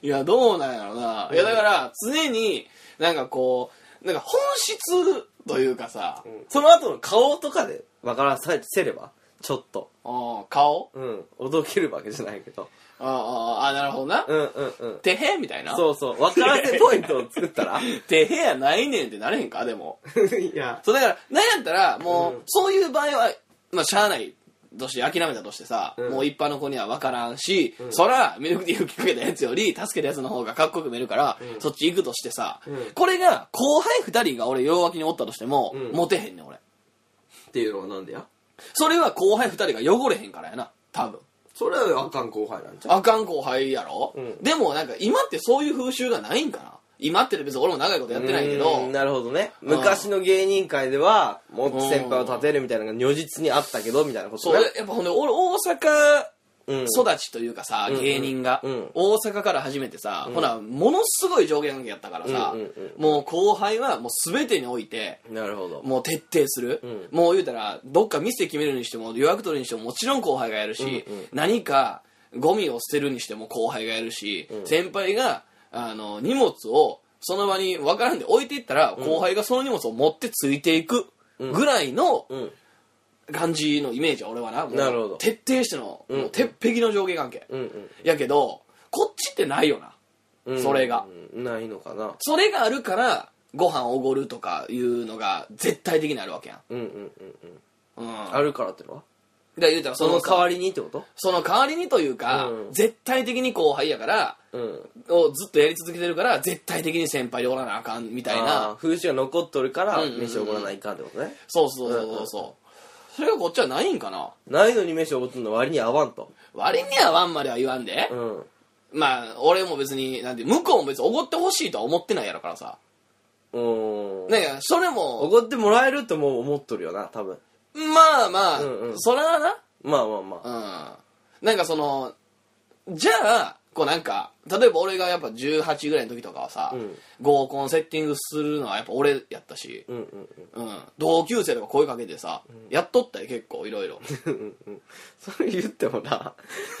[SPEAKER 2] いやどうなんやろな、いやだから常になんかこうなんか本質というかさ、
[SPEAKER 1] その後の顔とかで分からさせればちょっと
[SPEAKER 2] あー顔
[SPEAKER 1] うん驚けるわけじゃないけど
[SPEAKER 2] あーあーあーなるほどな、
[SPEAKER 1] うんうんうん
[SPEAKER 2] てへみたいな
[SPEAKER 1] そうそう分からせポイントを作った ら
[SPEAKER 2] てへやないねんってなれへんかでも
[SPEAKER 1] いや
[SPEAKER 2] そうだからなんやったらもう、
[SPEAKER 1] うん
[SPEAKER 2] そういう場合は、まあ、しゃあないとして諦めたとしてさ、
[SPEAKER 1] うん
[SPEAKER 2] もう一般の子には分からんし、そらミルクティーをきっかけたやつより助けたやつの方がかっこよく見えるから、
[SPEAKER 1] うん
[SPEAKER 2] そっち行くとしてさ、
[SPEAKER 1] うん
[SPEAKER 2] これが後輩二人が俺両脇におったとしても、
[SPEAKER 1] うん
[SPEAKER 2] モテへんねん俺
[SPEAKER 1] っていうのはなんでや
[SPEAKER 2] それは後輩二人が汚れへんからやな多分
[SPEAKER 1] それはあかん後輩なんじゃ
[SPEAKER 2] あかん後輩やろ、
[SPEAKER 1] うん
[SPEAKER 2] でもなんか今ってそういう風習がないんかな今って別に俺も長いことやってないけど
[SPEAKER 1] なるほどね昔の芸人界ではもっと先輩を立てるみたいなのが如実にあったけどみたいなこと
[SPEAKER 2] そう
[SPEAKER 1] ね
[SPEAKER 2] やっぱほんで俺大阪
[SPEAKER 1] うん
[SPEAKER 2] 育ちというかさ、
[SPEAKER 1] うんうん
[SPEAKER 2] 芸人が、
[SPEAKER 1] うん
[SPEAKER 2] 大阪から始めてさ、ほなものすごい上下関係やったからさ、
[SPEAKER 1] うんうん
[SPEAKER 2] もう後輩はもう全てにおいて
[SPEAKER 1] なるほど
[SPEAKER 2] もう徹底する、
[SPEAKER 1] うん
[SPEAKER 2] もう言うたらどっか店決めるにしても予約取るにしてももちろん後輩がやるし、
[SPEAKER 1] うんうん
[SPEAKER 2] 何かゴミを捨てるにしても後輩がやるし、
[SPEAKER 1] ん
[SPEAKER 2] 先輩があの荷物をその場に分からんで置いていったら、後輩がその荷物を持ってついていくぐらいの
[SPEAKER 1] うん
[SPEAKER 2] 感じのイメージは俺はなもう
[SPEAKER 1] なるほど
[SPEAKER 2] 徹底しての、
[SPEAKER 1] うん
[SPEAKER 2] もう鉄壁の上下関係、
[SPEAKER 1] うんうん
[SPEAKER 2] やけどこっちってないよな
[SPEAKER 1] うん
[SPEAKER 2] それが
[SPEAKER 1] うんないのかな
[SPEAKER 2] それがあるからご飯おごるとかいうのが絶対的にあるわけやん、
[SPEAKER 1] うんうんうんうん
[SPEAKER 2] うん、だ
[SPEAKER 1] あ
[SPEAKER 2] か
[SPEAKER 1] るからってのは
[SPEAKER 2] ら言うたらそ
[SPEAKER 1] そ
[SPEAKER 2] の
[SPEAKER 1] の代
[SPEAKER 2] 代わ
[SPEAKER 1] わ
[SPEAKER 2] り
[SPEAKER 1] りにってこと
[SPEAKER 2] その代わりにというか、
[SPEAKER 1] うん
[SPEAKER 2] 絶対的に後輩やから
[SPEAKER 1] うん
[SPEAKER 2] をずっとやり続けてるから絶対的に先輩でおらなあかんみたい
[SPEAKER 1] あー
[SPEAKER 2] な
[SPEAKER 1] 風習が残っとるから
[SPEAKER 2] うんうんうん
[SPEAKER 1] 飯をおごらないかんってことね
[SPEAKER 2] そうそうそうそうそう、それがこっちはないんかな
[SPEAKER 1] ないのに飯をおごってんの割に合わんと
[SPEAKER 2] 割にはワンまでは言わんで、
[SPEAKER 1] うん
[SPEAKER 2] まあ俺も別になんて向こうも別におごってほしいとは思ってないやろからさ
[SPEAKER 1] うん
[SPEAKER 2] なんかそれ
[SPEAKER 1] お
[SPEAKER 2] も
[SPEAKER 1] ごってもらえるともう思っとるよな多分
[SPEAKER 2] まあまあ、
[SPEAKER 1] うんうん
[SPEAKER 2] それはな
[SPEAKER 1] まあまあまあ
[SPEAKER 2] うんなんかそのじゃあこうなんか例えば俺がやっぱ18ぐらいの時とかはさ、
[SPEAKER 1] うん
[SPEAKER 2] 合コンセッティングするのはやっぱ俺やったし、
[SPEAKER 1] うんうんうん
[SPEAKER 2] うん、同級生とか声かけてさ、やっとったよ結構いろい ろ
[SPEAKER 1] うんうん それ言ってもな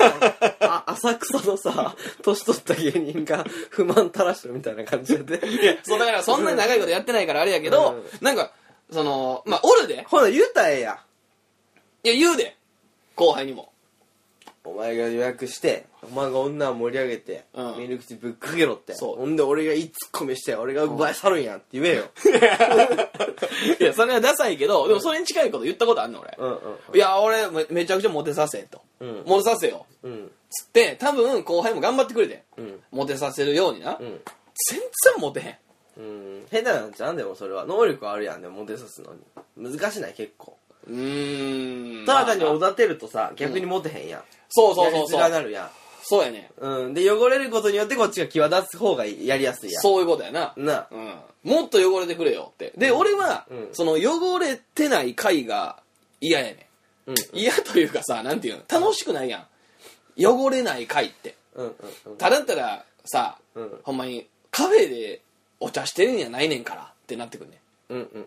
[SPEAKER 1] あ浅草のさ年取った芸人が不満垂らしてるみたいな感じで
[SPEAKER 2] そうだからそんなに長いことやってないからあれやけど、
[SPEAKER 1] うん
[SPEAKER 2] なんかそのまあおるで
[SPEAKER 1] ほな言うたらええやん
[SPEAKER 2] いや言うで後輩にも
[SPEAKER 1] お前が予約してお前が女を盛り上げて、
[SPEAKER 2] うん
[SPEAKER 1] ミルクティーぶっかけろって
[SPEAKER 2] そう
[SPEAKER 1] ほんで俺がいいツッコミして俺が奪い去るんやんって言えよ、
[SPEAKER 2] いやそれはダサいけどでもそれに近いこと言ったことあんの俺、
[SPEAKER 1] うん、うん
[SPEAKER 2] いや俺めめちゃくちゃモテさせと、
[SPEAKER 1] うん
[SPEAKER 2] モテさせよ
[SPEAKER 1] うん
[SPEAKER 2] つって多分後輩も頑張ってくれて、
[SPEAKER 1] うん
[SPEAKER 2] モテさせるようにな、
[SPEAKER 1] うん
[SPEAKER 2] 全然モテへん
[SPEAKER 1] うん下手なんじゃんでもそれは能力はあるやんでもモテさすのに難しない結構
[SPEAKER 2] うーん
[SPEAKER 1] ただ単に
[SPEAKER 2] まあ
[SPEAKER 1] おだてるとさ逆にモテへんやん、
[SPEAKER 2] そうそうそう
[SPEAKER 1] やりづ
[SPEAKER 2] そ
[SPEAKER 1] らな
[SPEAKER 2] う
[SPEAKER 1] るやん
[SPEAKER 2] そうやね
[SPEAKER 1] うん、で汚れることによってこっちが際立つ方がやりやすいやん
[SPEAKER 2] そういうことやな
[SPEAKER 1] な
[SPEAKER 2] うんもっと汚れてくれよってで俺は、
[SPEAKER 1] うん
[SPEAKER 2] その汚れてない回が嫌やね
[SPEAKER 1] うん
[SPEAKER 2] ん嫌というかさなんていうの楽しくないやん汚れない回って
[SPEAKER 1] うんうん
[SPEAKER 2] ただったらさ、
[SPEAKER 1] うん
[SPEAKER 2] ほんまにカフェでお茶してるんやないねんからってなってくんねん
[SPEAKER 1] うんうんうん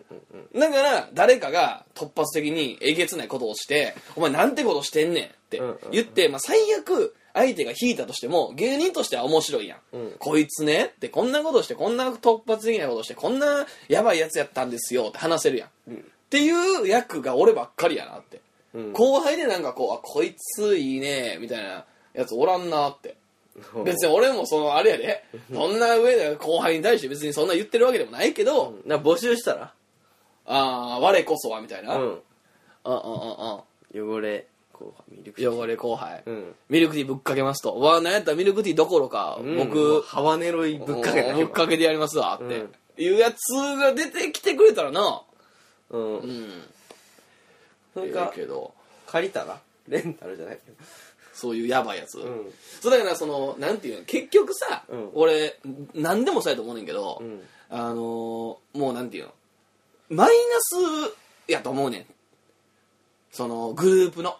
[SPEAKER 1] うん
[SPEAKER 2] だから誰かが突発的にえげつないことをして「お前なんてことしてんねん」って
[SPEAKER 1] うんうんうん
[SPEAKER 2] 言って、まあ、最悪相手が引いたとしても芸人としては面白いやん、
[SPEAKER 1] うん
[SPEAKER 2] こいつねってこんなことしてこんな突発的なことしてこんなやばいやつやったんですよって話せるやん、っていう役が俺ばっかりやなって、
[SPEAKER 1] うん
[SPEAKER 2] 後輩でなんかこう「あこいついいね」みたいなやつおらんなって別に俺もそのあれやでそんな上で後輩に対して別にそんな言ってるわけでもないけど、
[SPEAKER 1] な募集したら
[SPEAKER 2] ああ我こそはみたいな、
[SPEAKER 1] う
[SPEAKER 2] うん、
[SPEAKER 1] ん
[SPEAKER 2] うんうん
[SPEAKER 1] 汚れこうミルク
[SPEAKER 2] うん汚れ後輩、
[SPEAKER 1] うん
[SPEAKER 2] ミルクティーぶっかけますとわあなんやったらミルクティーどころか、
[SPEAKER 1] うん
[SPEAKER 2] 僕
[SPEAKER 1] ハワネロイぶっかけた
[SPEAKER 2] ぶっかけてやりますわって、
[SPEAKER 1] うん
[SPEAKER 2] いうやつが出てきてくれたらな
[SPEAKER 1] うん、
[SPEAKER 2] うん
[SPEAKER 1] なん
[SPEAKER 2] え
[SPEAKER 1] か
[SPEAKER 2] えけど
[SPEAKER 1] 借りたらレンタルじゃないけど
[SPEAKER 2] そういうやばいやつ、
[SPEAKER 1] ん
[SPEAKER 2] そうだからそのなんていうの結局さ、
[SPEAKER 1] うん
[SPEAKER 2] 俺何でもそうやと思うねんけど、
[SPEAKER 1] ん
[SPEAKER 2] あのーもうなんていうのマイナスやと思うねんそのグループの、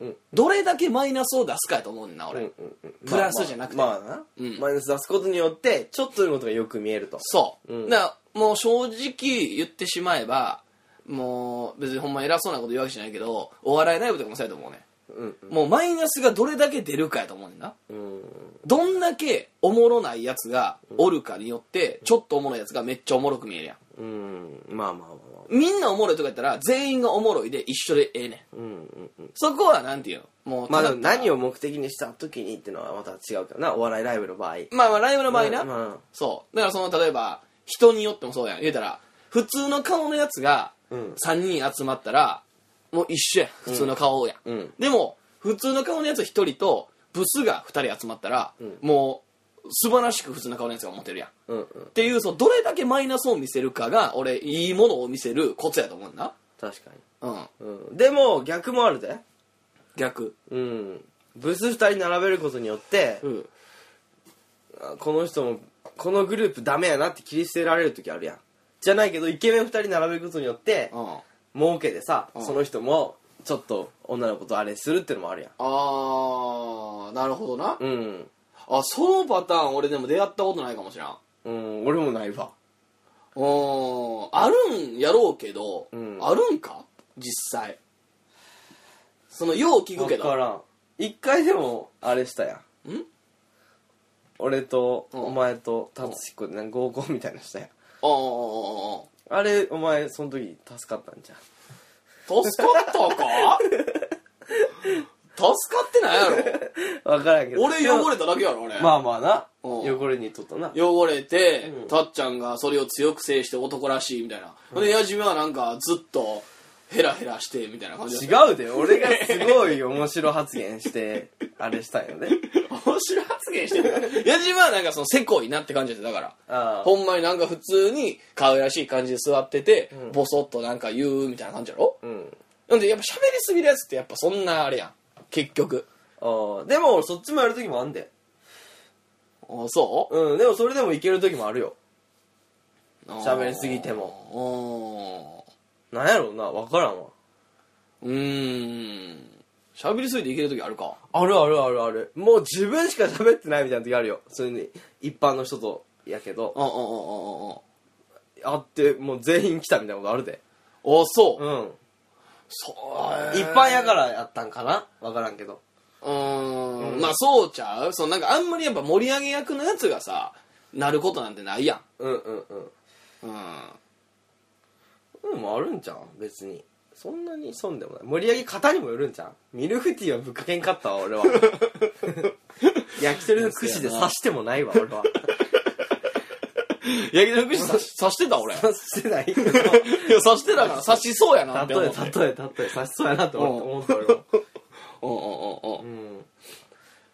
[SPEAKER 1] うん
[SPEAKER 2] どれだけマイナスを出すかやと思うねんな
[SPEAKER 1] う
[SPEAKER 2] 俺、
[SPEAKER 1] んうんうん
[SPEAKER 2] プラスじゃなくて
[SPEAKER 1] まあまあな、
[SPEAKER 2] うん
[SPEAKER 1] マイナス出すことによってちょっとのことがよく見えると
[SPEAKER 2] そう、
[SPEAKER 1] うん
[SPEAKER 2] だからもう正直言ってしまえばもう別にほんま偉そうなこと言うわけじゃないけどお笑いライブとかもそうやと思うねん
[SPEAKER 1] うん
[SPEAKER 2] もうマイナスがどれだけ出るかやと思うねんな
[SPEAKER 1] うん
[SPEAKER 2] どんだけおもろないやつがおるかによってちょっとおもろいやつがめっちゃおもろく見えるや
[SPEAKER 1] うんまあまあまあまあ
[SPEAKER 2] んみんなおもろいとか言ったら全員がおもろいで一緒でええねん
[SPEAKER 1] うんうんうん
[SPEAKER 2] そこはなんていうのもう
[SPEAKER 1] まあでも
[SPEAKER 2] ただ
[SPEAKER 1] 何を目的にした時にっていうのはまた違うからなお笑いライブの場合
[SPEAKER 2] まあまあライブの場合な、
[SPEAKER 1] うんうん
[SPEAKER 2] そうだからその例えば人によってもそうやん言うたら普通の顔のやつが
[SPEAKER 1] うん
[SPEAKER 2] 3人集まったらもう一緒やん普通の顔やん、
[SPEAKER 1] うん
[SPEAKER 2] でも普通の顔のやつ1人とブスが2人集まったら、
[SPEAKER 1] ん
[SPEAKER 2] もう素晴らしく普通の顔のやつがモテるやん
[SPEAKER 1] うんうん
[SPEAKER 2] っていうそのどれだけマイナスを見せるかが俺いいものを見せるコツやと思うんだ
[SPEAKER 1] 確か
[SPEAKER 2] うん
[SPEAKER 1] に、うん、でも逆もあるで
[SPEAKER 2] 逆
[SPEAKER 1] うんブス2人並べることによって、
[SPEAKER 2] うん
[SPEAKER 1] あこの人もこのグループダメやなって切り捨てられる時あるやんじゃないけどイケメン2人並べることによって
[SPEAKER 2] あ
[SPEAKER 1] 儲けでさ、
[SPEAKER 2] うん
[SPEAKER 1] その人もちょっと女の子とあれするってのもあるやん
[SPEAKER 2] あなるほどな、
[SPEAKER 1] うん
[SPEAKER 2] あそのパターン俺でも出会ったことないかもしらん
[SPEAKER 1] うん俺もないわ
[SPEAKER 2] うーんあるんやろうけど、
[SPEAKER 1] うん
[SPEAKER 2] あるんか実際そのよう聞くけ
[SPEAKER 1] 分か
[SPEAKER 2] ど
[SPEAKER 1] らん一回でもあれしたやん
[SPEAKER 2] ん
[SPEAKER 1] 俺と
[SPEAKER 2] うん
[SPEAKER 1] お前と達彦でなんか合コンみたいなのしたやん
[SPEAKER 2] ああ
[SPEAKER 1] あれお前その時助かったんじゃん
[SPEAKER 2] 助かったか助かってないや
[SPEAKER 1] 分からんけ
[SPEAKER 2] ろ
[SPEAKER 1] ど
[SPEAKER 2] 俺汚
[SPEAKER 1] れ
[SPEAKER 2] れただけやろ俺、
[SPEAKER 1] まあまあな
[SPEAKER 2] うん
[SPEAKER 1] 汚れにとったな
[SPEAKER 2] 汚れて、
[SPEAKER 1] うん
[SPEAKER 2] たっちゃんがそれを強く制して男らしいみたいな、で矢島はなんかずっとヘラヘラしてみたいな感じだっ
[SPEAKER 1] 違うで俺がすごい面白発言 してあれしたんよね
[SPEAKER 2] た面白い発言してる矢島はなんかそのせこいなって感じだっただから
[SPEAKER 1] ああ
[SPEAKER 2] ほんまになんか普通に可愛らしい感じで座ってて、
[SPEAKER 1] うん
[SPEAKER 2] ボソッとなんか言うみたいな感じやろ
[SPEAKER 1] うん
[SPEAKER 2] なんでやっぱ喋りすぎるやつってやっぱそんなあれやん結局
[SPEAKER 1] ああでも俺そっちもやる時もあんで
[SPEAKER 2] あそう
[SPEAKER 1] うんでもそれでもいける時もあるよ喋りすぎて
[SPEAKER 2] も
[SPEAKER 1] なんやろうな分からんわ
[SPEAKER 2] うーん喋りすぎていける時あるか
[SPEAKER 1] あるあるあるあるもう自分しか喋ってないみたいな時あるよそれに一般の人とやけど
[SPEAKER 2] うんうんうんうんうん
[SPEAKER 1] あってもう全員来たみたいなことあるで
[SPEAKER 2] あそう、
[SPEAKER 1] うん
[SPEAKER 2] そう
[SPEAKER 1] 一般やからやったんかな分からんけど
[SPEAKER 2] うーんまあそうちゃうそのなんかあんまりやっぱ盛り上げ役のやつがさなることなんてないや
[SPEAKER 1] うんうんうん
[SPEAKER 2] んうん
[SPEAKER 1] うんもうあるんじゃん別にそんなに損でもない盛り上げ方にもよるんじゃんミルフティーはぶっかけんかったわ 俺は焼き鳥の串で刺してもないわ俺は
[SPEAKER 2] 焼き鳥串刺し刺してた俺いや
[SPEAKER 1] 刺し てないけど
[SPEAKER 2] 刺してたから刺しそうやなって
[SPEAKER 1] 例え
[SPEAKER 2] 思
[SPEAKER 1] 例
[SPEAKER 2] っ
[SPEAKER 1] え
[SPEAKER 2] て
[SPEAKER 1] 例え刺しそうやなって思った
[SPEAKER 2] うん
[SPEAKER 1] 思った俺は
[SPEAKER 2] うんうんうんう
[SPEAKER 1] うんん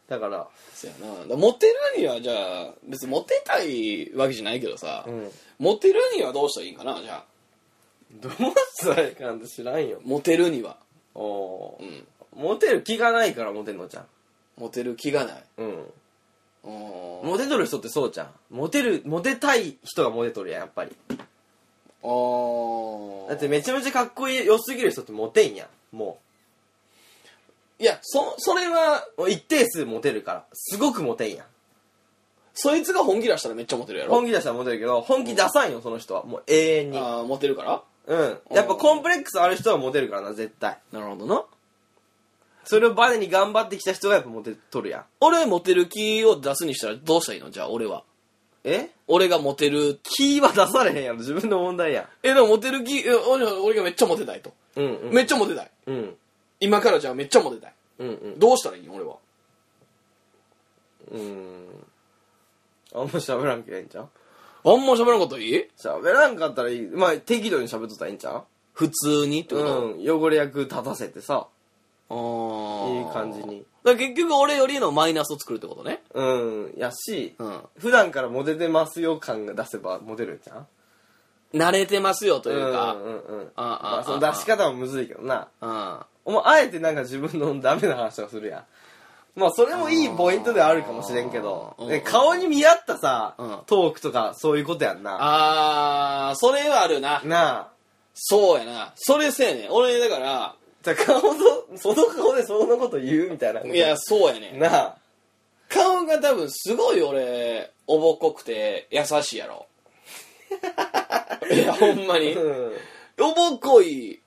[SPEAKER 1] だから
[SPEAKER 2] そうやなだからモテるにはじゃあ別にモテたいわけじゃないけどさ、
[SPEAKER 1] うん
[SPEAKER 2] モテるにはどうしたらいいんかなじゃあ
[SPEAKER 1] どうしたらいいかなんて知らんよ
[SPEAKER 2] モテるには
[SPEAKER 1] おお
[SPEAKER 2] う
[SPEAKER 1] ー、
[SPEAKER 2] ん
[SPEAKER 1] モテる気がないからモテんのじゃん
[SPEAKER 2] モテる気がない
[SPEAKER 1] うん
[SPEAKER 2] うん
[SPEAKER 1] モテとる人ってそうじゃんモテるモテたい人がモテとるやんやっぱり
[SPEAKER 2] あ
[SPEAKER 1] だってめちゃめちゃかっこいい良すぎる人ってモテんやんも
[SPEAKER 2] いやそそれは
[SPEAKER 1] うもう一定数モテるからすごくモテんやん
[SPEAKER 2] そいつが本気出したらめっちゃモテるやろ
[SPEAKER 1] 本気出したらモテるけど本気出さんよその人はもう永遠に
[SPEAKER 2] ああモテるから
[SPEAKER 1] うんやっぱコンプレックスある人はモテるからな絶対
[SPEAKER 2] なるほどな
[SPEAKER 1] それをバネに頑張ってきた人がやっぱモテとるやん
[SPEAKER 2] 俺モテる気を出すにしたらどうしたらいいのじゃあ俺は
[SPEAKER 1] え
[SPEAKER 2] 俺がモテる
[SPEAKER 1] 気は出されへんやろ自分の問題や
[SPEAKER 2] えでもモテる気え俺俺がめっちゃモテたいと、
[SPEAKER 1] んうんうん
[SPEAKER 2] めっちゃモテたい
[SPEAKER 1] うん
[SPEAKER 2] 今からじゃあめっちゃモテたい
[SPEAKER 1] うんうん
[SPEAKER 2] どうしたらいいの俺は
[SPEAKER 1] うんあんま喋らんけええんちゃう
[SPEAKER 2] あんま喋らんこといい
[SPEAKER 1] 喋らんかったらいいまあ適度に喋っとったらいいんちゃう
[SPEAKER 2] 普通にってこと、
[SPEAKER 1] うん汚れ役立たせてさ
[SPEAKER 2] ああ
[SPEAKER 1] いい感じに
[SPEAKER 2] だから結局俺よりのマイナスを作るってことね
[SPEAKER 1] うんやし、
[SPEAKER 2] うん
[SPEAKER 1] 普段からモテてますよ感が出せばモテるんちゃう
[SPEAKER 2] 慣れてますよというか、
[SPEAKER 1] うんうんうん
[SPEAKER 2] ああ
[SPEAKER 1] ま
[SPEAKER 2] あ
[SPEAKER 1] あその出し方もむずいけどな
[SPEAKER 2] うん
[SPEAKER 1] お前あえてなんか自分のダメな話をするやんまあそれもいいポイントではあるかもしれんけど
[SPEAKER 2] うん
[SPEAKER 1] ね顔に見合ったさ、
[SPEAKER 2] うん
[SPEAKER 1] トークとかそういうことやんな
[SPEAKER 2] あーそれはあるな
[SPEAKER 1] なあ
[SPEAKER 2] そうやなそれせやねん俺だか
[SPEAKER 1] じゃあ顔とその顔でそんなこと言うみたいな
[SPEAKER 2] らいやそうやねん
[SPEAKER 1] なあ
[SPEAKER 2] 顔が多分すごい俺おぼこくて優しいやろいやほんま
[SPEAKER 1] う
[SPEAKER 2] に
[SPEAKER 1] ん
[SPEAKER 2] おぼこい
[SPEAKER 1] い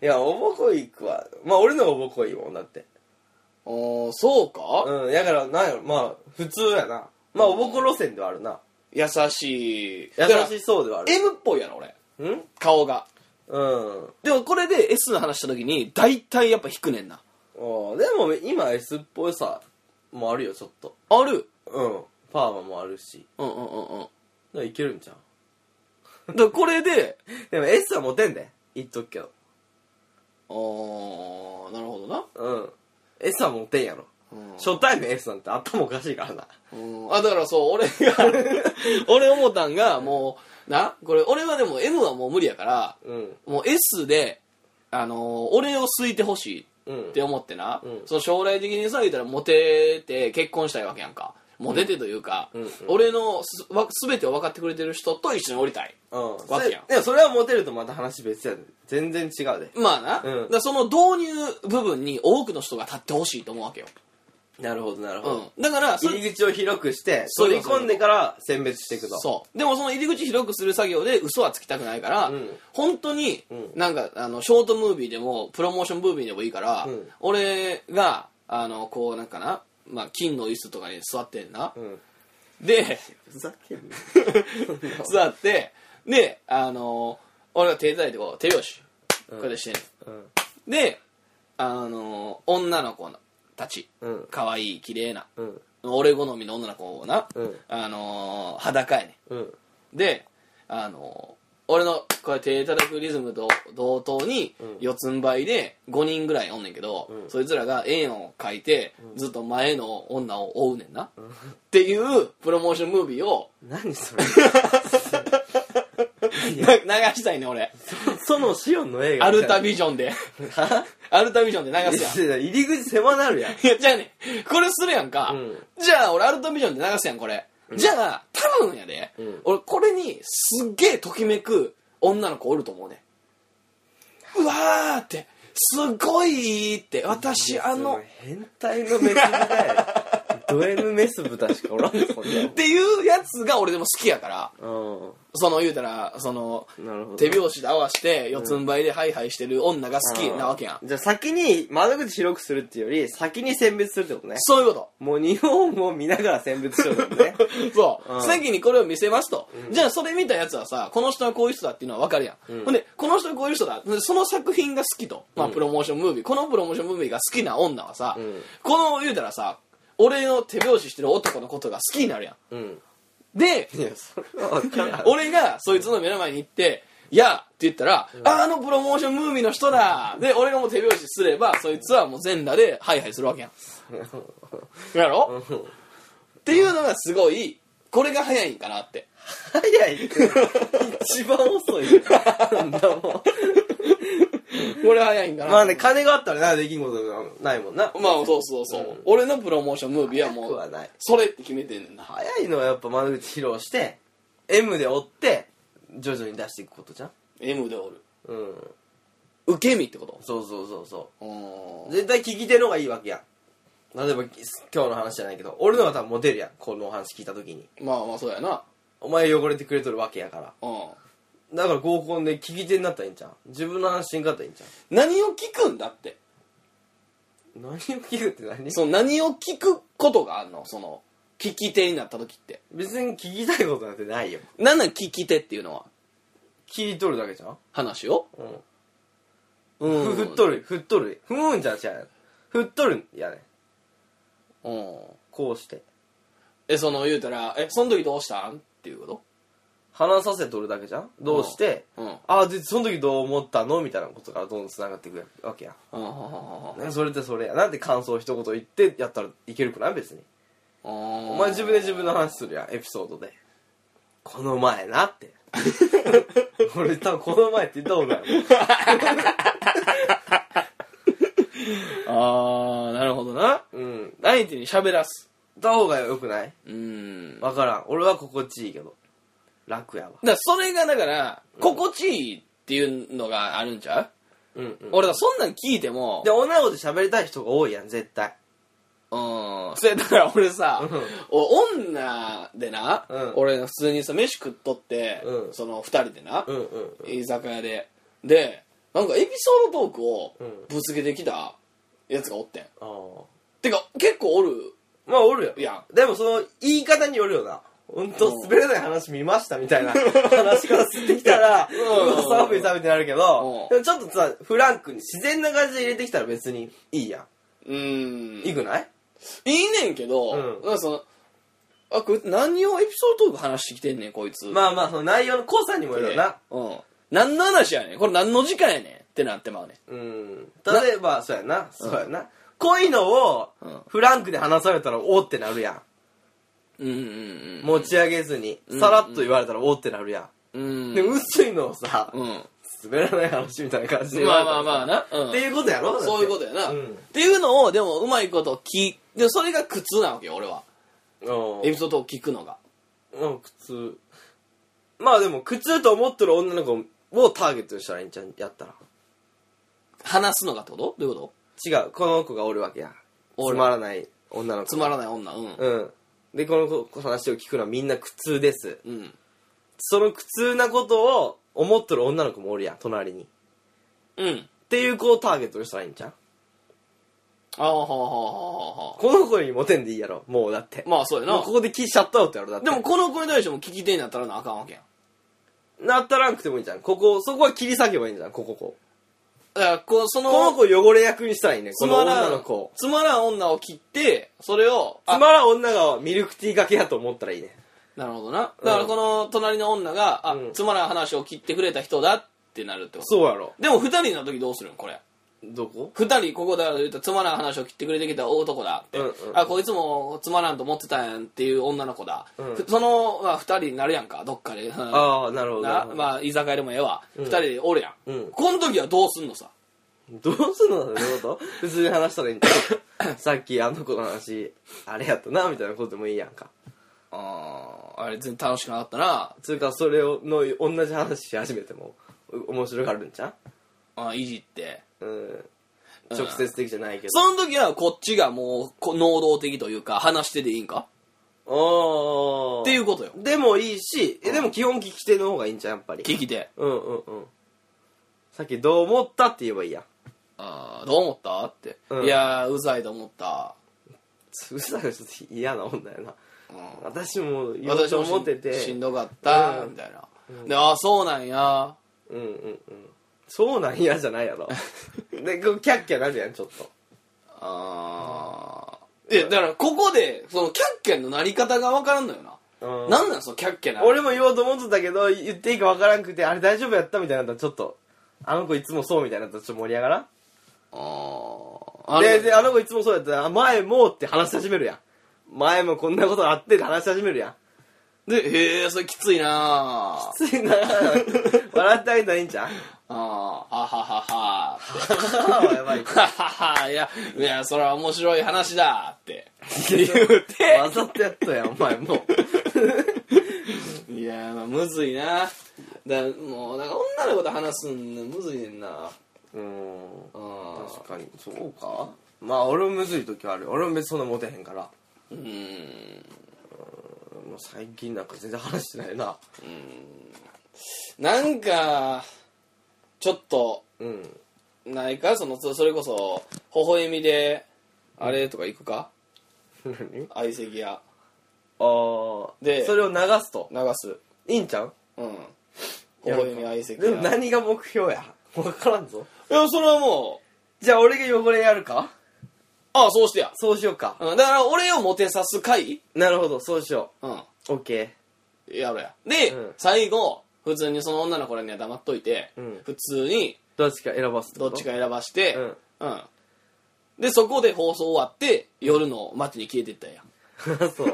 [SPEAKER 1] やおぼこいくわまあ俺の方がおぼこいもんだって
[SPEAKER 2] おーそうか、
[SPEAKER 1] うんだからなんやろまあ普通やなまあおぼこ路線ではあるな
[SPEAKER 2] 優しい
[SPEAKER 1] 優
[SPEAKER 2] だから
[SPEAKER 1] しそうではある
[SPEAKER 2] M っぽいやろ俺
[SPEAKER 1] うん
[SPEAKER 2] 顔が
[SPEAKER 1] うん
[SPEAKER 2] でもこれで S の話した時に大体やっぱ引くねんな
[SPEAKER 1] あーでも今 S っぽいさもあるよちょっと
[SPEAKER 2] ある
[SPEAKER 1] うんパーマもあるし
[SPEAKER 2] うんうんうんうん
[SPEAKER 1] だからいけるんじゃん
[SPEAKER 2] だからこれで
[SPEAKER 1] でも S はモテんで言っとくけど
[SPEAKER 2] あーなるほどな
[SPEAKER 1] うん S はモテんや
[SPEAKER 2] う
[SPEAKER 1] ろ、
[SPEAKER 2] ん
[SPEAKER 1] 初対面 S なんて頭おかしいからな
[SPEAKER 2] うんあだからそう俺が俺思ったんがもうなこれ俺はでも M はもう無理やから
[SPEAKER 1] うん
[SPEAKER 2] もう S で、あのー俺を好いてほし
[SPEAKER 1] う
[SPEAKER 2] い
[SPEAKER 1] ん
[SPEAKER 2] って思ってな、
[SPEAKER 1] うん
[SPEAKER 2] その将来的にさ言ったらモテて結婚したいわけやんかモテてというか、
[SPEAKER 1] うんうん
[SPEAKER 2] 俺のすわ全てを分かってくれてる人と一緒におりたい
[SPEAKER 1] うん
[SPEAKER 2] わけやん
[SPEAKER 1] それでもそれはモテるとまた話別やで全然違うで
[SPEAKER 2] まあな、
[SPEAKER 1] うん
[SPEAKER 2] だからその導入部分に多くの人が立ってほしいと思うわけよ、
[SPEAKER 1] なるほどなる
[SPEAKER 2] うん、だからそれ
[SPEAKER 1] 入り口を広くして
[SPEAKER 2] そう
[SPEAKER 1] 取り込んでから選別していくと
[SPEAKER 2] そうでもその入り口広くする作業で嘘はつきたくないから、
[SPEAKER 1] うん
[SPEAKER 2] 本当に
[SPEAKER 1] うん
[SPEAKER 2] なんかあのショートムービーでもプロモーションムービーでもいいから、
[SPEAKER 1] うん
[SPEAKER 2] 俺があのこうなんかな、まあ、金の椅子とかに座ってんな、
[SPEAKER 1] ん
[SPEAKER 2] で
[SPEAKER 1] ふざけんな
[SPEAKER 2] 座ってであの俺が手伝いでこう手拍子こうやってしてんの、
[SPEAKER 1] うん
[SPEAKER 2] であの女の子たち
[SPEAKER 1] うん
[SPEAKER 2] 可愛い綺麗な
[SPEAKER 1] うん
[SPEAKER 2] 俺好みの女の子をな、
[SPEAKER 1] うん
[SPEAKER 2] あの裸やねん
[SPEAKER 1] うん
[SPEAKER 2] であの俺のこれ手叩くリズムと同等に
[SPEAKER 1] ん
[SPEAKER 2] 四つん這いで5人ぐらいおんねんけど、
[SPEAKER 1] うん
[SPEAKER 2] そいつらが円を書いてずっと前の女を追うねんな、っていうプロモーションムービーを
[SPEAKER 1] 何それ
[SPEAKER 2] な流したいねん俺
[SPEAKER 1] そのシオンの映画
[SPEAKER 2] ア
[SPEAKER 1] みたい
[SPEAKER 2] ル
[SPEAKER 1] な
[SPEAKER 2] タビジョンで
[SPEAKER 1] は
[SPEAKER 2] アルタビジョンで流す やん
[SPEAKER 1] いや入り口狭なるやん
[SPEAKER 2] いやじゃあねこれするやんか、
[SPEAKER 1] うん
[SPEAKER 2] じゃあ俺アルタビジョンで流すやんこれ、じゃあ多分やで、
[SPEAKER 1] うん
[SPEAKER 2] 俺これにすっげえときめく女の子おると思うねうわーってすごいって私あ
[SPEAKER 1] そ
[SPEAKER 2] の
[SPEAKER 1] 変態のメス豚やド M メス豚しかおらんよそんな
[SPEAKER 2] っていうやつが俺でも好きやから
[SPEAKER 1] の
[SPEAKER 2] その言うたらその
[SPEAKER 1] うんなるほど
[SPEAKER 2] 手拍子で合わせて四つん這いでハイハイしてる女が好き
[SPEAKER 1] あー
[SPEAKER 2] なわけやん
[SPEAKER 1] じゃあ先に窓口広くするっていうより先に選別するってことね
[SPEAKER 2] そういうこと
[SPEAKER 1] もう日本を見ながら選別しようってことね
[SPEAKER 2] そう、
[SPEAKER 1] うん
[SPEAKER 2] 先にこれを見せますと、じゃあそれ見たやつはさこの人はこういう人だっていうのは分かるやん、
[SPEAKER 1] うん
[SPEAKER 2] ほんでこの人はこういう人だその作品が好きと、まあ、プロモーションムービー、このプロモーションムービーが好きな女はさ、
[SPEAKER 1] うん
[SPEAKER 2] この言うたらさ俺の手拍子してる男のことが好きになるや
[SPEAKER 1] うん
[SPEAKER 2] んで
[SPEAKER 1] いやそれは分からん
[SPEAKER 2] 俺がそいつの目の前に行って「やあ」って言ったら「ああのプロモーションムービーの人だ」で俺がもう手拍子すればそいつはもう全裸でハイハイするわけやんやろっていうのがすごいこれが早いんかなって
[SPEAKER 1] 早いって一番 遅いよなんだも
[SPEAKER 2] これ早いんか
[SPEAKER 1] ん
[SPEAKER 2] な
[SPEAKER 1] まあね金があったらなできんことないもんな
[SPEAKER 2] まあそうそうそう、俺のプロモーションムービーはも
[SPEAKER 1] 早くは
[SPEAKER 2] う
[SPEAKER 1] ない
[SPEAKER 2] それって決めてんねんな
[SPEAKER 1] 早いのはやっぱ窓口披露して M で追って徐々に出していくことじゃん
[SPEAKER 2] M でおる
[SPEAKER 1] うん
[SPEAKER 2] 受け身ってこと
[SPEAKER 1] そうそうそうそう
[SPEAKER 2] ーん
[SPEAKER 1] う絶対聞き手の方がいいわけやん例えば今日の話じゃないけど俺の方が多分モテるやんこのお話聞いた時に
[SPEAKER 2] まあまあそうやな
[SPEAKER 1] お前汚れてくれとるわけやから
[SPEAKER 2] うん
[SPEAKER 1] だから合コンで聞き手になったらいいんじゃん自分の話しんかったらいいんじゃん
[SPEAKER 2] 何を聞くんだって
[SPEAKER 1] 何を聞くって何
[SPEAKER 2] その何を聞くことがあんのその聞き手になった時って
[SPEAKER 1] 別に聞きたいことなんてないよ
[SPEAKER 2] なんなん聞き手っていうのは
[SPEAKER 1] 聞いとるだけじゃん
[SPEAKER 2] 話を
[SPEAKER 1] うん
[SPEAKER 2] うん
[SPEAKER 1] ふ振っとる振っとるふーんじゃん違う振っとるんやね
[SPEAKER 2] うん
[SPEAKER 1] こうして
[SPEAKER 2] えその言うたら「えその時どうしたん?」っていうこ
[SPEAKER 1] 話させとるだけじゃんどうして、
[SPEAKER 2] とうん
[SPEAKER 1] ああでその時どう思ったのみたいなことからどんどん繋がっていくわけや
[SPEAKER 2] ああ
[SPEAKER 1] ん、ねそれってそれやなんで感想を一言言ってやったらいけるくない別にお
[SPEAKER 2] お
[SPEAKER 1] 前自分で自分の話するやんエピソードでこの前なって 俺多分この前って言った方がいい
[SPEAKER 2] ああなるほどな
[SPEAKER 1] うん
[SPEAKER 2] 相手に喋らす
[SPEAKER 1] 言った方がよくない
[SPEAKER 2] うんだか
[SPEAKER 1] わからん俺は心地いいけど楽やわ
[SPEAKER 2] らそれがだから心地いいっていうのがあるんちゃう、
[SPEAKER 1] うん、うん、
[SPEAKER 2] 俺だそんなん聞いても
[SPEAKER 1] で女の子で喋りたい人が多いやん絶対
[SPEAKER 2] うんそれだから俺さ、
[SPEAKER 1] うん
[SPEAKER 2] お女でな、
[SPEAKER 1] うん
[SPEAKER 2] 俺普通にさ飯食っとって、
[SPEAKER 1] うん
[SPEAKER 2] その二人でな、
[SPEAKER 1] うんうん
[SPEAKER 2] 居酒屋ででなんかエピソードトークを
[SPEAKER 1] うん
[SPEAKER 2] ぶつけてきたやつがおってん、
[SPEAKER 1] ああ
[SPEAKER 2] てか結構おる
[SPEAKER 1] まあおるよ
[SPEAKER 2] いや
[SPEAKER 1] でもその言い方によるよな本当滑らない話見ましたみた いな話から吸ってきたら
[SPEAKER 2] うん
[SPEAKER 1] うわ寒い寒いってなるけど
[SPEAKER 2] うん
[SPEAKER 1] でもちょっとさフランクに自然な感じで入れてきたら別にいいや
[SPEAKER 2] うん
[SPEAKER 1] んいいくない
[SPEAKER 2] いいねんけど、
[SPEAKER 1] うん
[SPEAKER 2] なんかそのあこれ何をエピソードトーク話してきてんねんこいつ
[SPEAKER 1] まあまあその内容の濃さにもよるよな
[SPEAKER 2] うん何の話やねんこれ何の時間やねんってなってまうねん
[SPEAKER 1] うん例えばそうやなそうやなこういうのを
[SPEAKER 2] うん
[SPEAKER 1] フランクで話されたらおーってなるや
[SPEAKER 2] うんうん
[SPEAKER 1] ん持ち上げずに
[SPEAKER 2] うん
[SPEAKER 1] さらっと言われたらおーってなるや
[SPEAKER 2] うんん
[SPEAKER 1] で薄いのをさ
[SPEAKER 2] うん
[SPEAKER 1] 滑らない話みたいな感じで言わ
[SPEAKER 2] まあ
[SPEAKER 1] れた
[SPEAKER 2] ま
[SPEAKER 1] ら
[SPEAKER 2] あ
[SPEAKER 1] さ
[SPEAKER 2] まあな、うん
[SPEAKER 1] っていうことやろ
[SPEAKER 2] そういうことやな、
[SPEAKER 1] うん
[SPEAKER 2] っていうのをでもうまいこと聞いでそれが苦痛なわけよ俺は
[SPEAKER 1] と
[SPEAKER 2] エピソードトーク聞くのが
[SPEAKER 1] うん、苦痛。まあでも、苦痛と思ってる女の子をターゲットにしたらいいんちゃうやったら。
[SPEAKER 2] 話すのがってことどういうこ
[SPEAKER 1] 違う、この子がおるわけや。
[SPEAKER 2] お
[SPEAKER 1] つ
[SPEAKER 2] る
[SPEAKER 1] まらない女の
[SPEAKER 2] と
[SPEAKER 1] 子。
[SPEAKER 2] つまらない女うん
[SPEAKER 1] うん。で、この子の話を聞くのはみんな苦痛です。
[SPEAKER 2] うん
[SPEAKER 1] その苦痛なことを思ってる女の子もおるやん、隣に。っ
[SPEAKER 2] うん
[SPEAKER 1] ていう子をターゲットにしたらいいんちゃう
[SPEAKER 2] ああはあはあはあは
[SPEAKER 1] この子にモテんでいいやろ、もうだって
[SPEAKER 2] あ。まあそうやな
[SPEAKER 1] もうここで聞いちゃったよってやろ、だって。
[SPEAKER 2] でも、この子に対しても聞き手になったらなあかんわけやん
[SPEAKER 1] なったらなくてもいいじゃん。ここ、そこは切り裂けばいいんじゃん、こここう。
[SPEAKER 2] だからこうその
[SPEAKER 1] この子汚れ役にしたらいいね、
[SPEAKER 2] つ
[SPEAKER 1] この
[SPEAKER 2] まら
[SPEAKER 1] 女の
[SPEAKER 2] ん
[SPEAKER 1] 子を。
[SPEAKER 2] つまらん女を切ってそれを
[SPEAKER 1] つ
[SPEAKER 2] あ
[SPEAKER 1] まらん女がミルクティーかけやと思ったらいいね。
[SPEAKER 2] なるほどなだからこの隣の女が、あ
[SPEAKER 1] うん
[SPEAKER 2] つまらん話を切ってくれた人だってなるってこと
[SPEAKER 1] そうやろ。
[SPEAKER 2] でも二人の時どうするんこれ
[SPEAKER 1] どこ
[SPEAKER 2] 二人ここだから言うとつまらん話を切ってくれてきた男だって、
[SPEAKER 1] うんうん
[SPEAKER 2] あこいつもつまらんと思ってたやんっていう女の子だ、
[SPEAKER 1] うん
[SPEAKER 2] ふその、まあ、二人になるやんかどっかで、うん
[SPEAKER 1] ああ、なるほど。な
[SPEAKER 2] な
[SPEAKER 1] るほど
[SPEAKER 2] まあ居酒屋でもええわ、
[SPEAKER 1] うん
[SPEAKER 2] 二人でおるやん、
[SPEAKER 1] うん
[SPEAKER 2] この時はどうすんのさ
[SPEAKER 1] どうすんのどういうこと普通に話したらいいんだ よさっきあの子の話、あれやったな、みたいなことでもいいやんか。
[SPEAKER 2] あーあれ全然楽しくなかったな
[SPEAKER 1] つうか、それを、の、同じ話し始めても、お面白がるんちゃ
[SPEAKER 2] あーいじって
[SPEAKER 1] ううん。直接的じゃないけど。
[SPEAKER 2] その時はこっちがもうこ能動的というか話してでいいんか
[SPEAKER 1] おー
[SPEAKER 2] っていうことよ
[SPEAKER 1] でもいいし、えでも基本聞き手の方がいいんちゃうやっぱり。
[SPEAKER 2] 聞き手
[SPEAKER 1] うんうんうん。さっきどう思ったって言えばいいやん。
[SPEAKER 2] あーどう思ったって、
[SPEAKER 1] うん
[SPEAKER 2] いやーうざいと思った、
[SPEAKER 1] うるさいのちょっと嫌な女やな。
[SPEAKER 2] うん
[SPEAKER 1] 私も言おう
[SPEAKER 2] 私
[SPEAKER 1] と
[SPEAKER 2] も
[SPEAKER 1] 思ってて
[SPEAKER 2] しんどかった、
[SPEAKER 1] うん
[SPEAKER 2] みたいな、でああそうなんや
[SPEAKER 1] うんうんうんそうなんやじゃな いやろでこうキャッキャなるやんちょっと
[SPEAKER 2] あーいやだからここでそのキャッキャのなり方が分からんのよな、
[SPEAKER 1] うん
[SPEAKER 2] なんなんそのキャッキャな
[SPEAKER 1] 俺も言おうと思ってたけど言っていいかわからんくてあれ大丈夫やったみたいになったらちょっとあの子いつもそうみたいになったらちょっと盛り上がらん
[SPEAKER 2] あーあ
[SPEAKER 1] で
[SPEAKER 2] れ
[SPEAKER 1] であの子いつもそうやったら前もって話し始めるやん前もこんなことあってって話し始めるやん
[SPEAKER 2] でへえそれきついなあ
[SPEAKER 1] つ いな笑ってあげたらいいんじゃん
[SPEAKER 2] あーはははは
[SPEAKER 1] やばい
[SPEAKER 2] はは は、いや、いや、それは面白い話だ って言うて。
[SPEAKER 1] わざとやったやんお前もう
[SPEAKER 2] いや、まあ、むずいな。だもう、なんか女の子と話すんむずいねんな。
[SPEAKER 1] うん
[SPEAKER 2] うん
[SPEAKER 1] 確かにそうかまあ俺もむずい時はある俺も別にそんなモテへんから
[SPEAKER 2] うーん。
[SPEAKER 1] もう最近なんか全然話してないな
[SPEAKER 2] なんか、ちょっと、
[SPEAKER 1] うん
[SPEAKER 2] ないかその、そそれこそ、微笑みで、あれとか行くか
[SPEAKER 1] 何
[SPEAKER 2] 相席屋。
[SPEAKER 1] ああ
[SPEAKER 2] で
[SPEAKER 1] それを流すと
[SPEAKER 2] 流す。
[SPEAKER 1] いいんちゃう
[SPEAKER 2] うん。微笑み相席
[SPEAKER 1] で
[SPEAKER 2] 屋。
[SPEAKER 1] も何が目標や分からんぞ
[SPEAKER 2] いや、それはも
[SPEAKER 1] じゃあ俺が汚れやるか
[SPEAKER 2] ああ、そうしてや。
[SPEAKER 1] そうしようか。
[SPEAKER 2] うん、だから俺をモテさす回
[SPEAKER 1] なるほど、そうしよ
[SPEAKER 2] うん。
[SPEAKER 1] う。オッケ
[SPEAKER 2] やろや。で、
[SPEAKER 1] うん
[SPEAKER 2] 最後、普通にその女の子らには黙っといて、
[SPEAKER 1] うん
[SPEAKER 2] 普通に
[SPEAKER 1] ー。どっちか選ばすて
[SPEAKER 2] ど
[SPEAKER 1] こ
[SPEAKER 2] っ
[SPEAKER 1] と
[SPEAKER 2] ちか選ばして、
[SPEAKER 1] うん
[SPEAKER 2] うんで、そこで放送終わって、夜の街に消えてったんや。
[SPEAKER 1] そ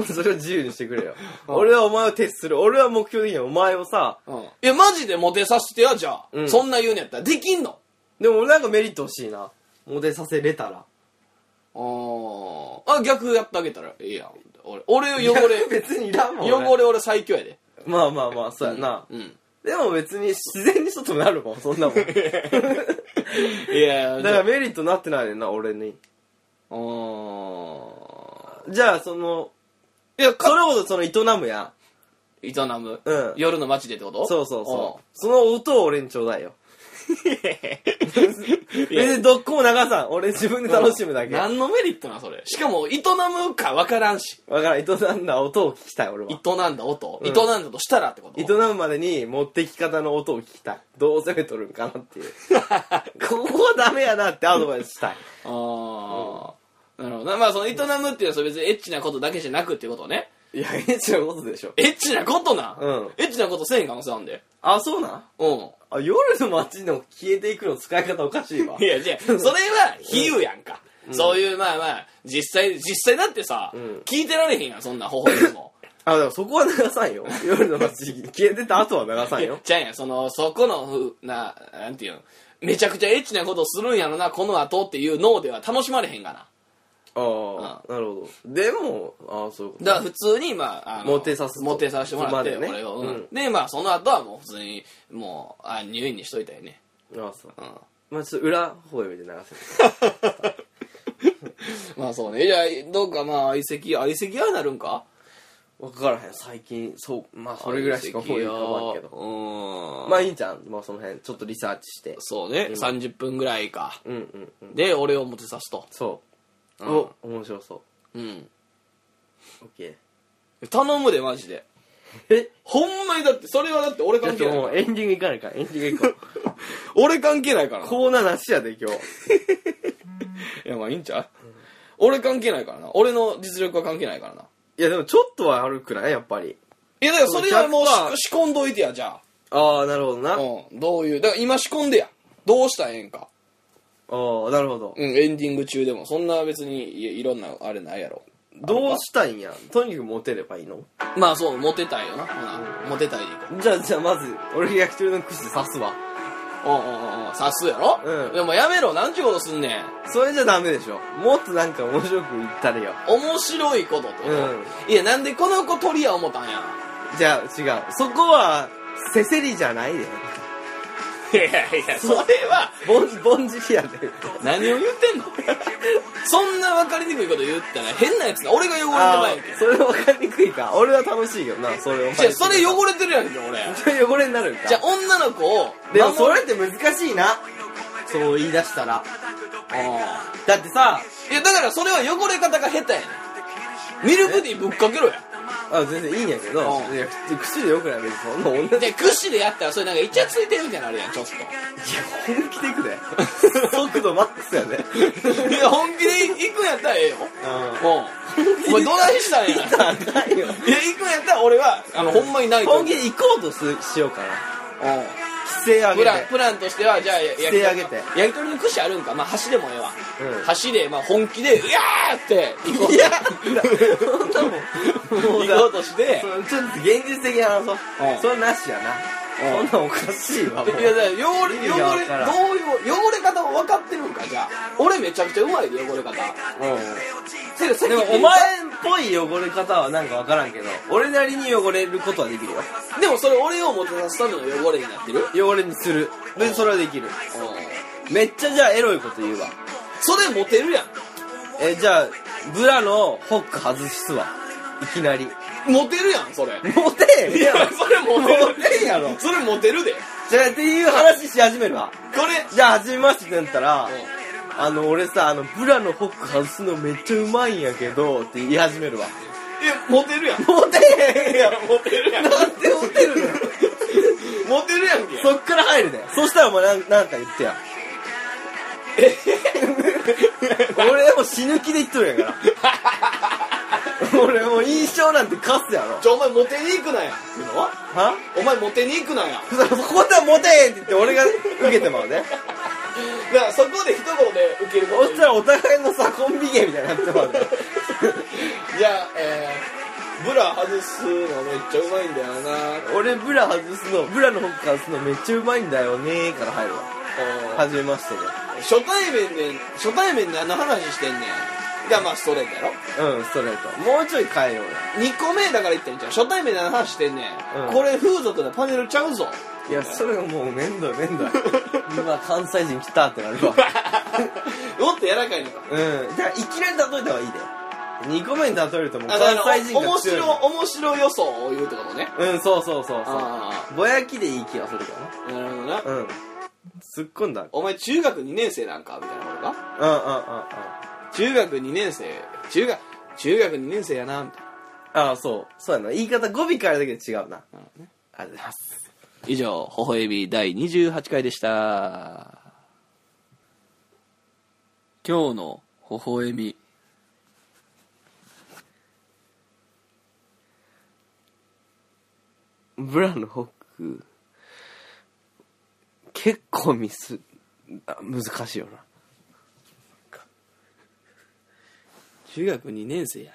[SPEAKER 1] う。 それを自由にしてくれよ。俺はお前を徹する。俺は目標的にはお前をさ、
[SPEAKER 2] うん。いや、マジでモテさせてや、じゃあ。
[SPEAKER 1] うん
[SPEAKER 2] そんな言うのやったら。できんの
[SPEAKER 1] でも俺なんかメリット欲しいな。モテさせれたら。
[SPEAKER 2] あーあ、逆やってあげたらええやん。俺、俺汚れ、
[SPEAKER 1] 別にいらんもん。
[SPEAKER 2] 汚れ俺最強やで。
[SPEAKER 1] まあまあまあ、そうやな。
[SPEAKER 2] うん。
[SPEAKER 1] でも別に自然に外になるもん、そんなもん。 だ
[SPEAKER 2] いやいや、
[SPEAKER 1] からメリットなってないねんな、俺に。
[SPEAKER 2] うー
[SPEAKER 1] じゃあ、その、
[SPEAKER 2] ん。いや、
[SPEAKER 1] それほどその営むやん。
[SPEAKER 2] 営む、
[SPEAKER 1] うん
[SPEAKER 2] 夜の街でってこと
[SPEAKER 1] そうそうそう。その音を俺にちょうだいよ。
[SPEAKER 2] いや
[SPEAKER 1] 別にどっこも流さん。俺自分で楽しむだ
[SPEAKER 2] う
[SPEAKER 1] け。
[SPEAKER 2] ん何のメリットなんそれしかも営むか分からんし
[SPEAKER 1] わからん、営んだ音を聞きたい、俺
[SPEAKER 2] 営
[SPEAKER 1] は。
[SPEAKER 2] んだ音、
[SPEAKER 1] うん
[SPEAKER 2] 営んだとしたらってこと
[SPEAKER 1] 営むまでに持ってき方の音を聞きたい。どう攻めとるんかなって いう。ここはダメやなってアドバイスしたい。
[SPEAKER 2] ああ、なるほどまあその営むっていうのはそれ別にエッチなことだけじゃなくっていうことね
[SPEAKER 1] いや、エッチなことでしょ。
[SPEAKER 2] エッチなことな、
[SPEAKER 1] うん
[SPEAKER 2] エッチなことせえん可能性あんで
[SPEAKER 1] あ、そうなん
[SPEAKER 2] うん
[SPEAKER 1] あ、夜の街の消えていくの使い方おかしいわ
[SPEAKER 2] い。やじゃあそれは比喩やんか、そういうまあまあ実際実際だってさ、
[SPEAKER 1] ん
[SPEAKER 2] 聞いてられへんやんそんな方法で も
[SPEAKER 1] あ、でもそこは流さ んよ。夜の街消えてた後は流さん
[SPEAKER 2] いや
[SPEAKER 1] よ。
[SPEAKER 2] じゃあやんそのそこのふななんていうのめちゃくちゃエッチなことするんやろなこの後っていう脳では楽しまれへんがな
[SPEAKER 1] ああ、なるほど。でも、ああ、そういうこと。
[SPEAKER 2] だから普通に、まあ、あの
[SPEAKER 1] モテさすと
[SPEAKER 2] モテさせてもらって、
[SPEAKER 1] そこまでね
[SPEAKER 2] 俺を、うん
[SPEAKER 1] うん
[SPEAKER 2] で、まあ、その後はもう普通に、もう、あ入院にしといたよね。
[SPEAKER 1] ああ、そう。
[SPEAKER 2] うん。
[SPEAKER 1] まあ、ちょっと裏方へ見て流せる。
[SPEAKER 2] まあ、そうね。じゃあ、どうか、まあ、相席、相席屋になるんか
[SPEAKER 1] わからへん、最近、そう、まあ、それぐらいしか思い浮かばんけど。
[SPEAKER 2] ど
[SPEAKER 1] ま
[SPEAKER 2] まあ
[SPEAKER 1] あ、、いいんじゃん。まあ、その辺、ちょっとリサーチして。
[SPEAKER 2] そうね。30分ぐらいか。
[SPEAKER 1] うんうんうん。
[SPEAKER 2] で、俺をモテさすと。
[SPEAKER 1] そう。
[SPEAKER 2] うん
[SPEAKER 1] お、面白そ
[SPEAKER 2] うん。
[SPEAKER 1] う。オッケ
[SPEAKER 2] 頼むで、マジで。
[SPEAKER 1] ー。 え
[SPEAKER 2] ほんまにだって、それはだって俺
[SPEAKER 1] ちょっ
[SPEAKER 2] 関係
[SPEAKER 1] と
[SPEAKER 2] ない
[SPEAKER 1] もうエンディングいかな いから、エンディングいこう。
[SPEAKER 2] 俺関係ないからな。
[SPEAKER 1] コーナーなしやで、今日。
[SPEAKER 2] いや、まあいいんちゃう、俺関係ないからな。俺の実力は関係ないからな。
[SPEAKER 1] いや、でもちょっとはあるくないやっぱり。
[SPEAKER 2] いや、だからそれはもう
[SPEAKER 1] そう100%
[SPEAKER 2] し仕込んどいてや、じゃあ。
[SPEAKER 1] ああ、なるほどな。あ
[SPEAKER 2] うん、どういう、だから今仕込んでや。どうしたらええんか。
[SPEAKER 1] あ、なるほど。
[SPEAKER 2] うん、エンディング中でも。そんな別にいいろんなあれないやろ。
[SPEAKER 1] どうしたいんやとにかくモテればいいの
[SPEAKER 2] まあそう、モテたいよな。うん、モテたいでいこ
[SPEAKER 1] じゃあ、じゃあまず、俺焼き鳥の串刺すわ。
[SPEAKER 2] う。うんうんうん。さすやろ
[SPEAKER 1] うん
[SPEAKER 2] でもやめろ、なんちゅうことすんねん。
[SPEAKER 1] それじゃダメでしょ。もっとなんか面白く言ったれよ。
[SPEAKER 2] 面白いことってこと。
[SPEAKER 1] うん
[SPEAKER 2] いや、なんでこの子鳥や思たんや。
[SPEAKER 1] じゃあ、違う。そこは、せせりじゃないで。
[SPEAKER 2] いやいや、それは、
[SPEAKER 1] ぼん、ぼんじ りやで。
[SPEAKER 2] 何を言ってんの そんな分かりにくいこと言ったら変なやつだ。俺が汚れてない
[SPEAKER 1] あ
[SPEAKER 2] わ
[SPEAKER 1] あ、それ分かりにくいか。俺は楽しいけどな、それを。
[SPEAKER 2] け。じゃあ、それ汚れてるやんけ、俺。
[SPEAKER 1] それ汚れになるんか。
[SPEAKER 2] じゃあ、女の子を守る、
[SPEAKER 1] でもそれって難しいな。そう言い出したら。
[SPEAKER 2] うん
[SPEAKER 1] だってさ、
[SPEAKER 2] いやだからそれは汚れ方が下手やねんミルクティーぶっかけろや
[SPEAKER 1] あ全然いいんやけど、
[SPEAKER 2] うん
[SPEAKER 1] いや口口でよくない別にそんな女で
[SPEAKER 2] で櫛でやったらそれなんかイチャついてるみたいなのあるやんちょっ
[SPEAKER 1] 本気でいく で速度マックスやで
[SPEAKER 2] といや本気で行くんやったらええよもうお前どないしたんやいや行
[SPEAKER 1] あかんよ
[SPEAKER 2] くんやったら俺はあのほんまにないと
[SPEAKER 1] 本
[SPEAKER 2] 思う
[SPEAKER 1] 気で行こうとすしようかな
[SPEAKER 2] う
[SPEAKER 1] 規制上
[SPEAKER 2] んプ
[SPEAKER 1] げて
[SPEAKER 2] ランプランとしてはじゃあや
[SPEAKER 1] してあげて
[SPEAKER 2] 焼き鳥の櫛あるんかまあ箸でもええわ、
[SPEAKER 1] うん
[SPEAKER 2] 箸でまあ本気で「いやー!」って行こう
[SPEAKER 1] いや そんなもんもうだ
[SPEAKER 2] 行こうとして
[SPEAKER 1] そのちょっと現実的に話そう、
[SPEAKER 2] ん
[SPEAKER 1] それなしやな、
[SPEAKER 2] うん
[SPEAKER 1] そんなんおかしいわも
[SPEAKER 2] いや
[SPEAKER 1] う
[SPEAKER 2] だから汚れ
[SPEAKER 1] 意味が
[SPEAKER 2] 汚
[SPEAKER 1] わ
[SPEAKER 2] れ
[SPEAKER 1] からん
[SPEAKER 2] どういう汚れ方も分かってるんかじゃあ俺めちゃくちゃうまいで汚れ方それ
[SPEAKER 1] でもお前っぽい汚れ方はなんかわからんけど俺なりに汚れることはできる
[SPEAKER 2] でもそれ俺をもてなすための汚れになってる
[SPEAKER 1] よ汚れにするでそれはできるめっちゃじゃあエロいこと言うわ
[SPEAKER 2] それモテるや
[SPEAKER 1] えじゃあブラのホック外すわいきなり
[SPEAKER 2] んモテるやんそれ
[SPEAKER 1] モテ
[SPEAKER 2] いやそれモテる
[SPEAKER 1] モテんやろ
[SPEAKER 2] それモテるでこ
[SPEAKER 1] じゃあっていう話し始めるわ
[SPEAKER 2] れ
[SPEAKER 1] じゃあ始めましてってなったらあの俺さあのブラのホック外すのめっちゃうまいんやけどって言い始めるわ
[SPEAKER 2] えモテるやん
[SPEAKER 1] モテへんやろ
[SPEAKER 2] モテるやん
[SPEAKER 1] なんでモテるのよ
[SPEAKER 2] モテるやんけ
[SPEAKER 1] そっから入るねそしたらお前なんなんか言ってや
[SPEAKER 2] え
[SPEAKER 1] 俺もう死ぬ気で言っとるんやか ら俺もう印象なんてカスやろ
[SPEAKER 2] じゃあお前モテに行くなやっていうのは
[SPEAKER 1] は
[SPEAKER 2] お前モテに行くなや
[SPEAKER 1] そこではモテへんって言って俺が受けてまうね
[SPEAKER 2] だからそこで一言で受ける
[SPEAKER 1] そ
[SPEAKER 2] の
[SPEAKER 1] したらお互いのさコンビ芸みたいになってまうね
[SPEAKER 2] じゃあえー、ブラ外すのめっちゃうまいんだよな
[SPEAKER 1] 俺ブラ外すのブラの方から外すのめっちゃうまいんだよねーから入るわ
[SPEAKER 2] は
[SPEAKER 1] 初めましてで
[SPEAKER 2] 初対面で初対面であの話してんねんじゃあまあストレートやろ
[SPEAKER 1] うんストレートもうちょい変えようよ
[SPEAKER 2] 2個目だから言ったんじゃん初対面であの話してんねん、
[SPEAKER 1] うん
[SPEAKER 2] これ風俗のパネルちゃうぞ
[SPEAKER 1] いやそれがもう面倒面倒今関西人来たってなるわ
[SPEAKER 2] もっと柔らかいのか
[SPEAKER 1] うんじゃあいきなり例えた方がいいで2個目に例えるともう
[SPEAKER 2] あだから
[SPEAKER 1] 関西人
[SPEAKER 2] 面
[SPEAKER 1] が強い
[SPEAKER 2] 白面白予想を言うってことね
[SPEAKER 1] うんそうそうそうそ
[SPEAKER 2] あ
[SPEAKER 1] うぼやきでいい気がするけどな
[SPEAKER 2] あなるほどな
[SPEAKER 1] うん突っ込んだ
[SPEAKER 2] お前中学2年生なんかみたいなことか
[SPEAKER 1] うんうんうんうん
[SPEAKER 2] 中学2年生中学中学2年生やなみたい
[SPEAKER 1] ああそうそうやな言い方語尾変えるだけで違うな
[SPEAKER 2] な、うんね
[SPEAKER 1] ありがとうございます
[SPEAKER 2] 以上「ほほえび第28回」でした今日の「ほほえび」
[SPEAKER 1] ブラのホック結構ミスあ難しいよな
[SPEAKER 2] 中学2年生や